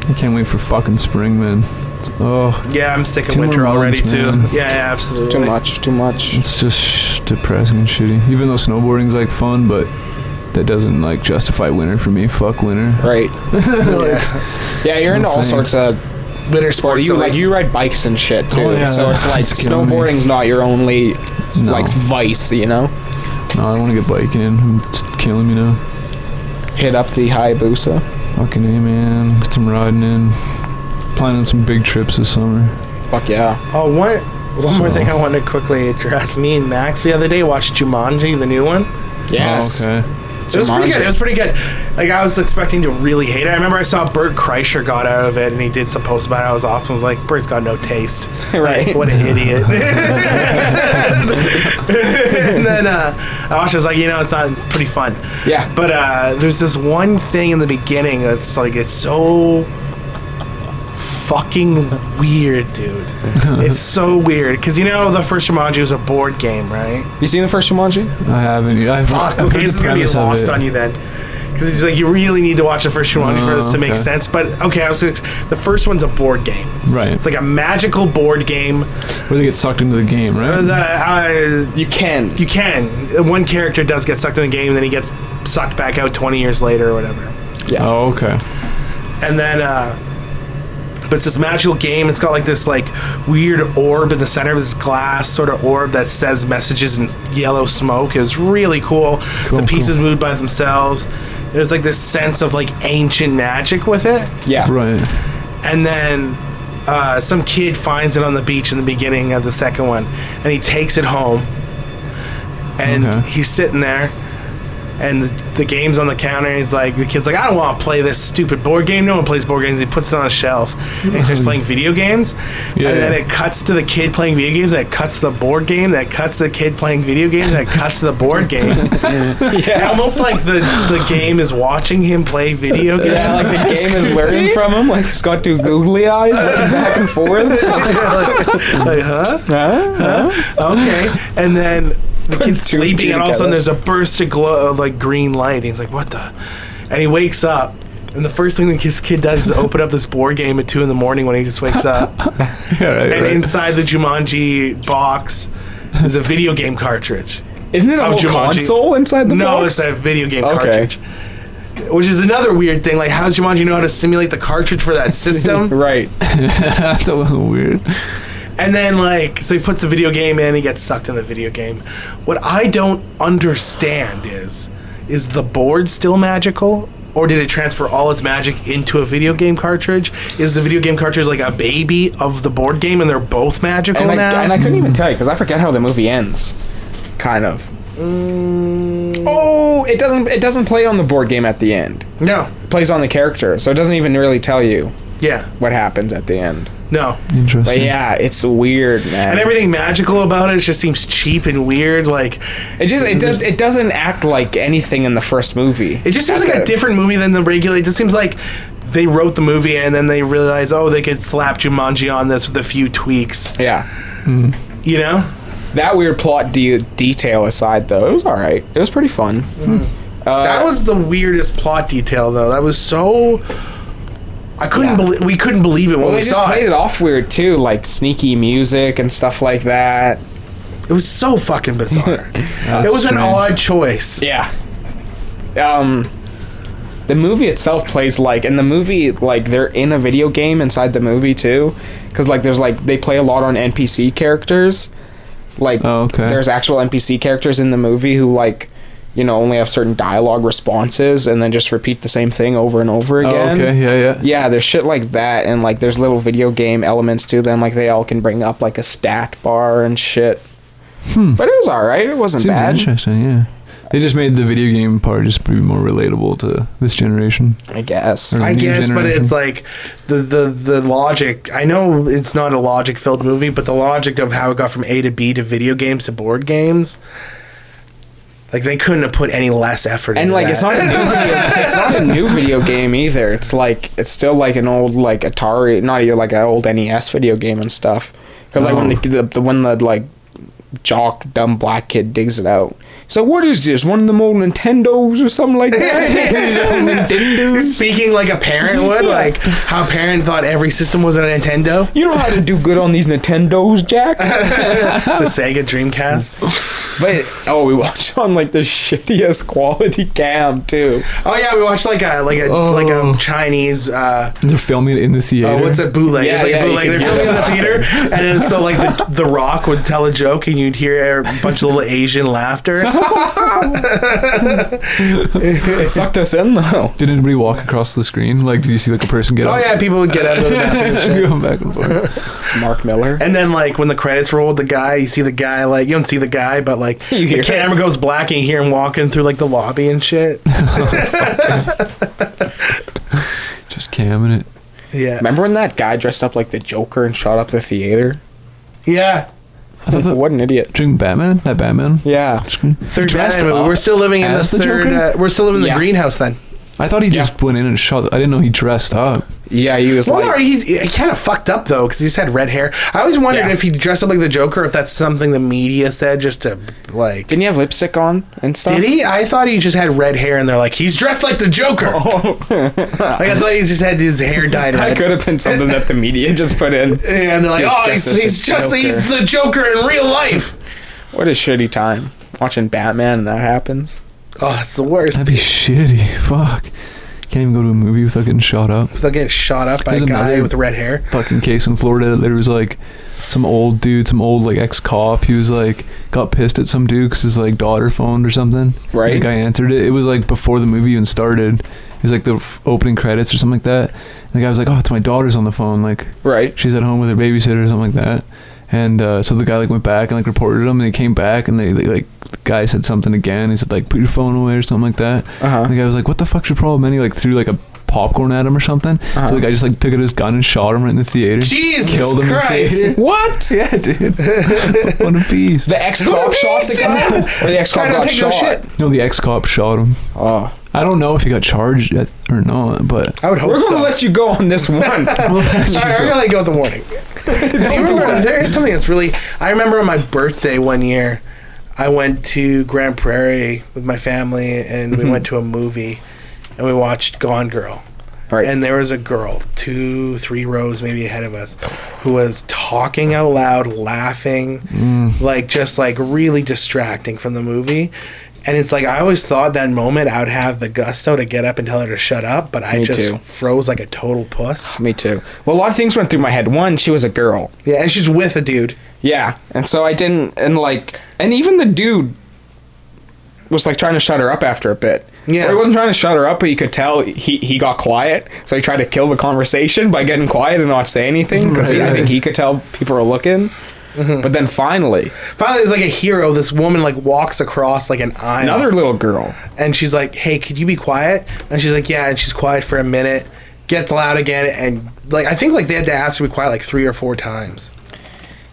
Speaker 1: I can't wait for fucking spring, man. It's, oh,
Speaker 3: Yeah, I'm sick of
Speaker 1: Two more
Speaker 3: winter already
Speaker 1: months,
Speaker 3: too.
Speaker 1: man.
Speaker 3: Yeah, yeah, absolutely.
Speaker 4: Too much, too much.
Speaker 1: it's just sh- depressing and shitty. Even though snowboarding's like fun, but that doesn't like justify winter for me. Fuck winter.
Speaker 4: Right.
Speaker 3: Yeah.
Speaker 4: Yeah, you're into all
Speaker 1: Insane.
Speaker 4: sorts of
Speaker 3: Winter
Speaker 4: Or
Speaker 3: sports.
Speaker 4: you
Speaker 3: are
Speaker 4: like you ride bikes and shit too,
Speaker 1: Oh, yeah,
Speaker 4: so it's like
Speaker 1: that's killing me.
Speaker 4: snowboarding's not your only
Speaker 1: No.
Speaker 4: like vice, you know?
Speaker 1: No, I don't want to get biking in. It's killing me now.
Speaker 4: Hit up the Hayabusa.
Speaker 1: Fucking A, man. Get some riding in. Planning some big trips this summer.
Speaker 4: Fuck yeah.
Speaker 3: Oh, one, one more
Speaker 1: So-
Speaker 3: thing I want to quickly address. Me and Max the other day watched Jumanji, the new one.
Speaker 4: Yes.
Speaker 1: Oh, okay.
Speaker 3: It was pretty good.
Speaker 4: Jumanji.
Speaker 3: It was pretty good. Like I was expecting to really hate it. I remember I saw Bert Kreischer got out of it, and he did some posts about it. I was awesome. I was like, Bert's got no taste.
Speaker 4: Right.
Speaker 3: Like, what an idiot. and then uh, I watched. it, I was like, you know, it's not. It's pretty fun.
Speaker 4: Yeah.
Speaker 3: But uh, there's this one thing in the beginning that's like it's so fucking weird, dude. it's so weird because you know the first Jumanji was a board game, right?
Speaker 4: You seen the first Jumanji?
Speaker 1: I haven't. I've, I've
Speaker 3: Fuck. Okay,
Speaker 1: heard
Speaker 3: this is
Speaker 1: the
Speaker 3: gonna be
Speaker 1: premise of
Speaker 3: lost
Speaker 1: it.
Speaker 3: on you then. Because he's like, you really need to watch the first Jumanji for this
Speaker 1: Oh,
Speaker 3: to make
Speaker 1: okay.
Speaker 3: sense. But okay, I was gonna, the first one's a board game.
Speaker 1: Right.
Speaker 3: It's like a magical board game.
Speaker 1: where they get sucked into the game, right?
Speaker 3: Uh, the, uh,
Speaker 4: You can.
Speaker 3: you can. One character does get sucked in the game, then he gets sucked back out 20 years later or whatever.
Speaker 1: oh, okay.
Speaker 3: and then uh but it's this magical game it's got like this like weird orb in the center of this glass sort of orb that says messages in yellow smoke it was really cool,
Speaker 1: Cool,
Speaker 3: the pieces
Speaker 1: cool.
Speaker 3: moved by themselves there's like this sense of like ancient magic with it
Speaker 4: yeah.
Speaker 1: Right.
Speaker 3: and then uh, some kid finds it on the beach in the beginning of the second one and he takes it home and
Speaker 1: Okay.
Speaker 3: he's sitting there and the, the game's on the counter and he's like the kid's like i don't want to play this stupid board game no one plays board games he puts it on a shelf and he starts playing video games
Speaker 1: Mm-hmm. Yeah,
Speaker 3: and then
Speaker 1: yeah.
Speaker 3: it cuts to the kid playing video games that cuts to the board game that cuts to the kid playing video games that cuts to the board game And almost like the, the game is watching him play video games
Speaker 4: Yeah, like the game is learning from him. Like it's got two googly eyes looking back and forth.
Speaker 3: like, like, huh? Okay. And then the kid's
Speaker 4: Two
Speaker 3: sleeping, and all of a sudden
Speaker 4: together.
Speaker 3: there's a burst of glow of like green light. And he's like, "What the?" And he wakes up, and the first thing that his kid does is open up this board game at two in the morning when he just wakes up.
Speaker 1: Yeah, right,
Speaker 3: and
Speaker 1: right.
Speaker 3: inside the Jumanji box is a video game cartridge.
Speaker 4: Isn't it a
Speaker 3: Of
Speaker 4: whole
Speaker 3: Jumanji.
Speaker 4: console inside the
Speaker 3: No,
Speaker 4: box?
Speaker 3: it's a video game
Speaker 4: Okay.
Speaker 3: cartridge. Which is another weird thing. Like, how does Jumanji know how to simulate the cartridge for that system?
Speaker 4: right.
Speaker 1: That's a little weird.
Speaker 3: And then like so he puts the video game in, he gets sucked in the video game. What I don't understand is is the board still magical? Or did it transfer all its magic into a video game cartridge? Is the video game cartridge like a baby of the board game and they're both magical
Speaker 4: And I,
Speaker 3: now?
Speaker 4: and I couldn't even tell you because I forget how the movie ends. Kind of.
Speaker 3: Mm.
Speaker 4: Oh, it doesn't. It doesn't play on the board game at the end.
Speaker 3: no.
Speaker 4: It plays on the character, so it doesn't even really tell you
Speaker 3: Yeah.
Speaker 4: what happens at the end.
Speaker 3: No.
Speaker 1: Interesting.
Speaker 4: But yeah, it's weird, man.
Speaker 3: And everything magical about it just seems cheap and weird. Like
Speaker 4: It just it does it doesn't act like anything in the first movie.
Speaker 3: It just seems like a different movie than the regular. It just seems like they wrote the movie and then they realized, oh, they could slap Jumanji on this with a few tweaks.
Speaker 4: Yeah,
Speaker 3: You know?
Speaker 4: that weird plot de- detail aside, though, it was all right. It was pretty fun. Uh,
Speaker 3: Mm-hmm. That was the weirdest plot detail, though. That was so. I couldn't
Speaker 4: Yeah.
Speaker 3: believe we couldn't believe it when
Speaker 4: well,
Speaker 3: we
Speaker 4: they just
Speaker 3: saw
Speaker 4: played
Speaker 3: it.
Speaker 4: it off weird too, like sneaky music and stuff like that.
Speaker 3: It was so fucking bizarre.
Speaker 1: That's
Speaker 3: it was an
Speaker 1: strange.
Speaker 3: odd choice.
Speaker 4: Yeah. Um, the movie itself plays like, and the movie like they're in a video game inside the movie too, because like there's like they play a lot on NPC characters. Like
Speaker 1: Oh, okay.
Speaker 4: there's actual NPC characters in the movie who like, you know, only have certain dialogue responses and then just repeat the same thing over and over
Speaker 1: Oh,
Speaker 4: again.
Speaker 1: okay. Yeah, yeah.
Speaker 4: Yeah, there's shit like that, and like there's little video game elements to them. Like they all can bring up like a stat bar and shit. But it was all right. It wasn't
Speaker 1: Hmm. Seems
Speaker 4: bad.
Speaker 1: interesting. Yeah. They just made the video game part just be more relatable to this generation.
Speaker 4: I guess.
Speaker 1: Or-
Speaker 3: I
Speaker 1: New
Speaker 3: guess, but
Speaker 1: generation.
Speaker 3: it's like the, the the logic. I know it's not a logic filled movie, but the logic of how it got from A to B to video games to board games, like they couldn't have put any less effort.
Speaker 4: And
Speaker 3: into
Speaker 4: like
Speaker 3: that.
Speaker 4: it's not a new video, it's not a new video game either. It's like it's still like an old like Atari, not even like an old NES video game and stuff. Because like when the, the, the when the like jock dumb black kid digs it out, so what is this? One of them old Nintendos or something like that? Nintendos.
Speaker 3: Speaking like a parent would, like how a parent thought every system was a Nintendo.
Speaker 4: You know how to do good on these Nintendos, Jack.
Speaker 3: It's a Sega Dreamcast.
Speaker 4: but oh, we watch on like the shittiest quality cam too.
Speaker 3: Oh yeah, we watched like a like a like a Chinese. Uh,
Speaker 1: They're filming it in the Oh. theater.
Speaker 3: oh, what's a bootleg?
Speaker 4: Yeah,
Speaker 3: it's like
Speaker 4: yeah,
Speaker 3: a
Speaker 4: you
Speaker 3: bootleg. They're
Speaker 4: can do
Speaker 3: filming in the theater, and then so like the the Rock would tell a joke, and you'd hear a bunch of little Asian laughter.
Speaker 4: It sucked us in though.
Speaker 1: Did anybody walk across the screen? Like, did you see like a person get
Speaker 3: Oh
Speaker 1: up?
Speaker 3: yeah, people would get out of the bathroom. and shit.
Speaker 1: Going back and forth.
Speaker 4: It's Mark Miller.
Speaker 3: And then like when the credits rolled, the guy you see the guy like you don't see the guy, but like
Speaker 4: You
Speaker 3: the
Speaker 4: hear
Speaker 3: camera goes black and you hear him walking through like the lobby and shit.
Speaker 1: Just camming it.
Speaker 3: Yeah,
Speaker 4: Remember when that guy dressed up like the Joker and shot up the theater?
Speaker 3: yeah.
Speaker 1: that-
Speaker 4: what an idiot.
Speaker 1: During Batman, that Batman.
Speaker 4: Yeah.
Speaker 1: screen.
Speaker 3: Third
Speaker 1: Dressed
Speaker 3: Batman movie.
Speaker 1: up
Speaker 3: We're still living in the
Speaker 1: as the
Speaker 3: third.
Speaker 1: Joker?
Speaker 3: uh, we're still living in the
Speaker 4: Yeah.
Speaker 3: greenhouse then.
Speaker 1: I thought he
Speaker 4: Yeah.
Speaker 1: just went in and shot. I didn't know he dressed up.
Speaker 4: Yeah, he was
Speaker 3: Well,
Speaker 4: like
Speaker 3: no, he, he kind of fucked up though because he just had red hair. I always wondered
Speaker 4: Yeah.
Speaker 3: if he dressed up like the Joker, if that's something the media said just to like.
Speaker 4: Didn't he have lipstick on and stuff?
Speaker 3: Did he? Oh. I thought he just had red hair, and they're like, he's dressed like the Joker. like I thought he just had his hair dyed
Speaker 4: Oh, That
Speaker 3: red.
Speaker 4: could have been something that the media just put in.
Speaker 3: and they're like,
Speaker 4: He's
Speaker 3: oh, he's,
Speaker 4: dressed as
Speaker 3: he's
Speaker 4: the
Speaker 3: just he's the Joker in real life.
Speaker 4: What a shitty time watching Batman and that happens.
Speaker 3: Oh, it's the
Speaker 1: That'd
Speaker 3: worst.
Speaker 1: be shitty. Fuck. Can't even go to a movie without getting shot up.
Speaker 3: They'll get shot up by a
Speaker 1: There's
Speaker 3: guy
Speaker 1: another-
Speaker 3: with red hair.
Speaker 1: Fucking case in Florida. There was like some old dude, some old like ex cop. He was like got pissed at some dude because his like daughter phoned or something.
Speaker 4: Right.
Speaker 1: And the guy answered it. It was like before the movie even started. It was like the f- opening credits or something like that. And the guy was like, "Oh, it's my daughter's on the phone. Like
Speaker 4: Right.
Speaker 1: she's at home with her babysitter or something like that." And uh, so the guy like went back and like reported him, and he came back, and they, they like the guy said something again. He said like, "Put your phone away" or something like that.
Speaker 3: Uh-huh.
Speaker 4: Uh
Speaker 1: And the guy was like, "What the fuck's your problem?" And he like threw like a popcorn at him or something.
Speaker 4: Uh-huh.
Speaker 1: So the guy just like took out his gun and shot him right in the theater.
Speaker 3: Jesus
Speaker 1: Killed him in the
Speaker 3: Christ!
Speaker 1: face.
Speaker 4: What?
Speaker 1: Yeah, dude. One piece.
Speaker 4: The ex cop shot the guy? Or the ex
Speaker 3: I
Speaker 4: cop
Speaker 3: don't
Speaker 4: got
Speaker 3: take no
Speaker 4: shot?
Speaker 3: shit.
Speaker 1: No, the ex cop shot him.
Speaker 4: Oh.
Speaker 1: I don't know if he got charged at, or not, but
Speaker 3: I would hope
Speaker 4: We're
Speaker 3: so.
Speaker 4: going to let you go on this one.
Speaker 3: All right, we're gonna let go with the warning. Do you remember, there is something that's really. I remember on my birthday one year, I went to Grand Prairie with my family, and we
Speaker 4: Mm-hmm.
Speaker 3: went to a movie, and we watched Gone Girl.
Speaker 4: Right.
Speaker 3: And there was a girl, two, three rows maybe ahead of us, who was talking out loud, laughing,
Speaker 4: Mm.
Speaker 3: like just like really distracting from the movie. And it's like I always thought that moment I would have the gusto to get up and tell her to shut up, but I
Speaker 4: Me
Speaker 3: just
Speaker 4: too.
Speaker 3: froze like a total puss.
Speaker 4: Me too. Well, a lot of things went through my head. One, she was a girl.
Speaker 3: Yeah, and she's with a dude.
Speaker 4: Yeah, and so I didn't, and like, and even the dude was like trying to shut her up after a bit.
Speaker 3: Yeah.
Speaker 4: or he wasn't trying to shut her up, but you could tell he he got quiet, so he tried to kill the conversation by getting quiet and not say anything because I think he could tell people were looking.
Speaker 3: Mm-hmm.
Speaker 4: But then finally,
Speaker 3: Finally, there's like a hero. This woman like walks across like an aisle,
Speaker 4: another little girl.
Speaker 3: and she's like, "Hey, could you be quiet?" And she's like, "Yeah." And she's quiet for a minute, gets loud again, and like I think like they had to ask her to be quiet like three or four times.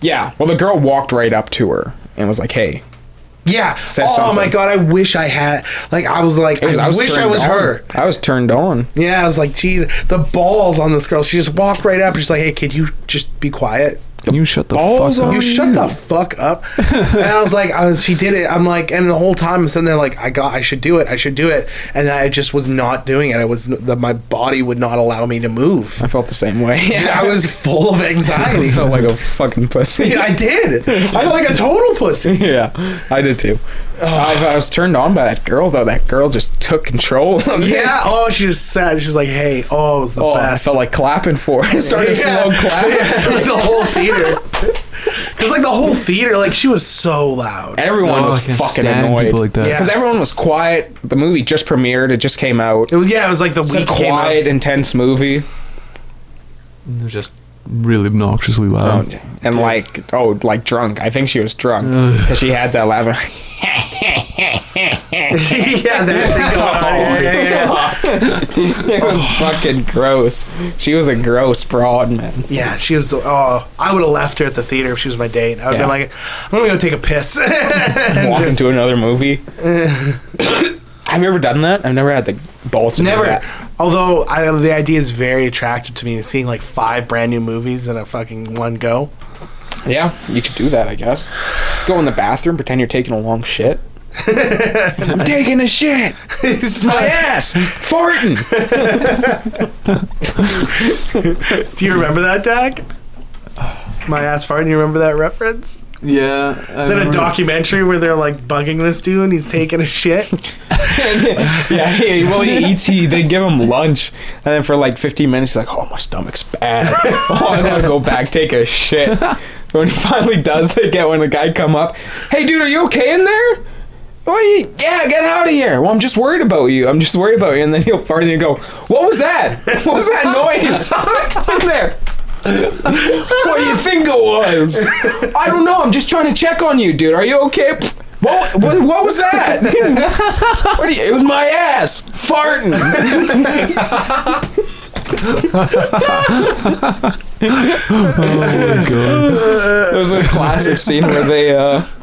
Speaker 4: Yeah, well, the girl walked right up to her and was like, "Hey."
Speaker 3: Yeah.
Speaker 4: Said
Speaker 3: oh
Speaker 4: something.
Speaker 3: my god, I wish I had. Like I was like,
Speaker 4: It was-
Speaker 3: I, wish I
Speaker 4: turned
Speaker 3: was
Speaker 4: on.
Speaker 3: her.
Speaker 4: I was turned on.
Speaker 3: Yeah, I was like, "Jeez, the balls on this girl." She just walked right up. and She's like, "Hey, could you just be quiet?"
Speaker 1: can you shut the
Speaker 4: Balls
Speaker 1: fuck up?
Speaker 4: on
Speaker 3: You
Speaker 4: Oh,
Speaker 3: shut
Speaker 4: yeah.
Speaker 3: the fuck up. and I was like, I was, she did it. I'm like, and the whole time I'm sitting there like, I got, I should do it. I should do it. And I just was not doing it. I was, the, my body would not allow me to move.
Speaker 4: I felt the same way.
Speaker 3: Dude, I was full of
Speaker 4: I
Speaker 3: anxiety.
Speaker 4: felt like a fucking pussy.
Speaker 3: Yeah, I did. I felt like a total pussy.
Speaker 4: yeah, I did too. I, I was turned on by that girl though. That girl just took control. Of it.
Speaker 3: Yeah. Oh, she just sat. She's like, hey, oh, it was the
Speaker 4: Oh, I
Speaker 3: best.
Speaker 4: felt like clapping for. Her. I started
Speaker 3: Yeah.
Speaker 4: slow clapping.
Speaker 3: Yeah, like the whole theater. Because like the whole theater, like she was so loud.
Speaker 4: Everyone
Speaker 1: No, Oh, I
Speaker 4: was
Speaker 1: can't
Speaker 4: fucking
Speaker 1: stand
Speaker 4: annoyed
Speaker 1: people like that.
Speaker 4: because
Speaker 3: Yeah.
Speaker 4: everyone was quiet. The movie just premiered. It just came out.
Speaker 3: It was yeah. It was like the
Speaker 4: It's a
Speaker 3: week came out.
Speaker 4: quiet, intense movie.
Speaker 1: They're just really obnoxiously
Speaker 3: Oh,
Speaker 1: loud.
Speaker 4: and like, oh, like drunk. I think she was drunk because she had that laughing.
Speaker 3: yeah, there they go. Yeah, yeah, yeah.
Speaker 4: it was fucking gross. She was a gross broad, man.
Speaker 3: Yeah, she was. Oh, I would have left her at the theater if she was my date. I would have
Speaker 4: Yeah.
Speaker 3: been like, I'm gonna go take a piss.
Speaker 4: walk
Speaker 3: Just-
Speaker 4: into another movie. Have you ever done that? I've never had the balls to do
Speaker 3: Never.
Speaker 4: that.
Speaker 3: Although I, the idea is very attractive to me, seeing like five brand new movies in a fucking one go.
Speaker 4: Yeah, you could do that, I guess. Go in the bathroom, pretend you're taking a long shit. I'm taking a shit.
Speaker 3: It's
Speaker 4: My
Speaker 3: like-
Speaker 4: ass farting.
Speaker 3: do you remember that, Dak? My ass farting. You remember that reference?
Speaker 1: Yeah. I
Speaker 3: Is it a
Speaker 1: remember-
Speaker 3: documentary where they're like bugging this dude and he's taking a shit?
Speaker 4: yeah, yeah. Well, he eats. He, they give him lunch, and then for like 15 minutes, he's like, "Oh, my stomach's bad. Oh, I gotta go back, take a shit." When he finally does, they get when the guy come up. Hey, dude, are you okay in there? Oh, ye- yeah, get out of here. Well, I'm just worried about you. I'm just worried about you. And then he'll fart and he'll go, What was that? What was that noise in there? what do you think it was? I don't know. I'm just trying to check on you, dude. Are you okay? Pfft. What, what, what was that? what do you, it was my ass farting.
Speaker 1: Oh my god.
Speaker 4: There was a classic scene where they uh,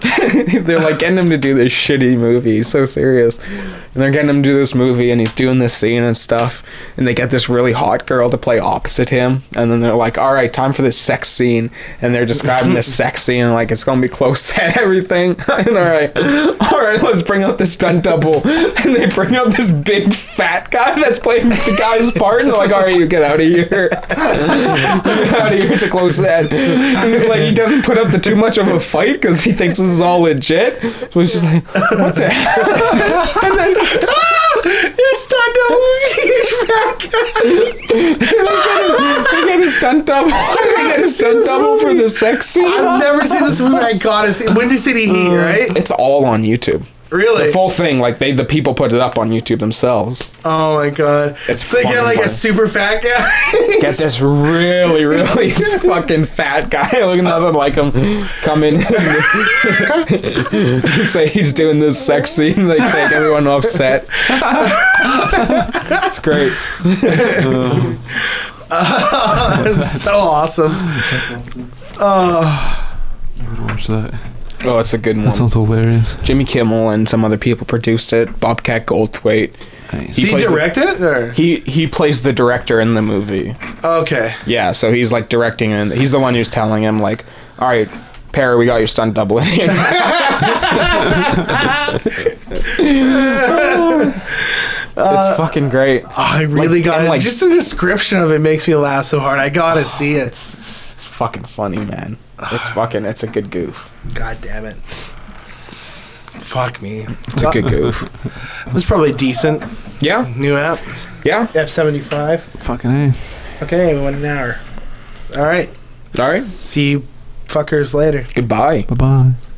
Speaker 4: they're like getting him to do this shitty movie. He's so serious, and they're getting him to do this movie, and he's doing this scene and stuff. And they get this really hot girl to play opposite him, and then they're like, "All right, time for this sex scene." And they're describing this sex scene, and like it's gonna be close and everything. and all right, all right, let's bring out the stunt double, and they bring out this big fat guy that's playing the guy's part, and they're like, "All right, you get out of here." out of here to close that. And he's like, he doesn't put up the too much of a fight because he thinks this is all legit. So he's just like, what the hell? and then
Speaker 3: Your stunt double is huge fat
Speaker 4: they get a stunt double. They get a stunt double for the sex scene.
Speaker 3: I've never seen this movie. I gotta see Uh, Windy City Heat, right?
Speaker 4: It's all on YouTube.
Speaker 3: Really?
Speaker 4: The full thing, like they, the people put it up on YouTube themselves.
Speaker 3: oh my god!
Speaker 4: It's
Speaker 3: so they
Speaker 4: fun
Speaker 3: get like
Speaker 4: part.
Speaker 3: a super fat guy.
Speaker 4: Get this really, really fucking fat guy looking nothing like him come in and say he's doing this sex scene. They take everyone off set. it's great.
Speaker 3: it's Oh, so awesome. Uh,
Speaker 1: Watch that.
Speaker 4: Oh, it's a good one.
Speaker 1: That sounds hilarious.
Speaker 4: Jimmy Kimmel and some other people produced it. Bobcat Goldthwait.
Speaker 1: Nice.
Speaker 3: Did
Speaker 4: He
Speaker 3: he
Speaker 4: plays the-
Speaker 3: direct it or
Speaker 4: He he plays the director in the movie.
Speaker 3: okay?
Speaker 4: Yeah, so he's like directing and he's the one who's telling him like, "All right, Perry, we got your stunt double in here." it's fucking great.
Speaker 3: Oh, I really
Speaker 4: Like,
Speaker 3: got
Speaker 4: and,
Speaker 3: it.
Speaker 4: like-
Speaker 3: Just the description of it makes me laugh so hard. I gotta see it. It's- it's-
Speaker 4: It's fucking funny, man. It's fucking. It's a good goof.
Speaker 3: God damn it. Fuck me.
Speaker 4: It's a good goof.
Speaker 3: This is probably decent.
Speaker 4: Yeah,
Speaker 3: New app.
Speaker 4: yeah.
Speaker 3: App 75.
Speaker 1: Fucking hey.
Speaker 3: Okay, we went an hour. All right.
Speaker 4: All right.
Speaker 3: See you fuckers later.
Speaker 4: Goodbye.
Speaker 1: Bye bye.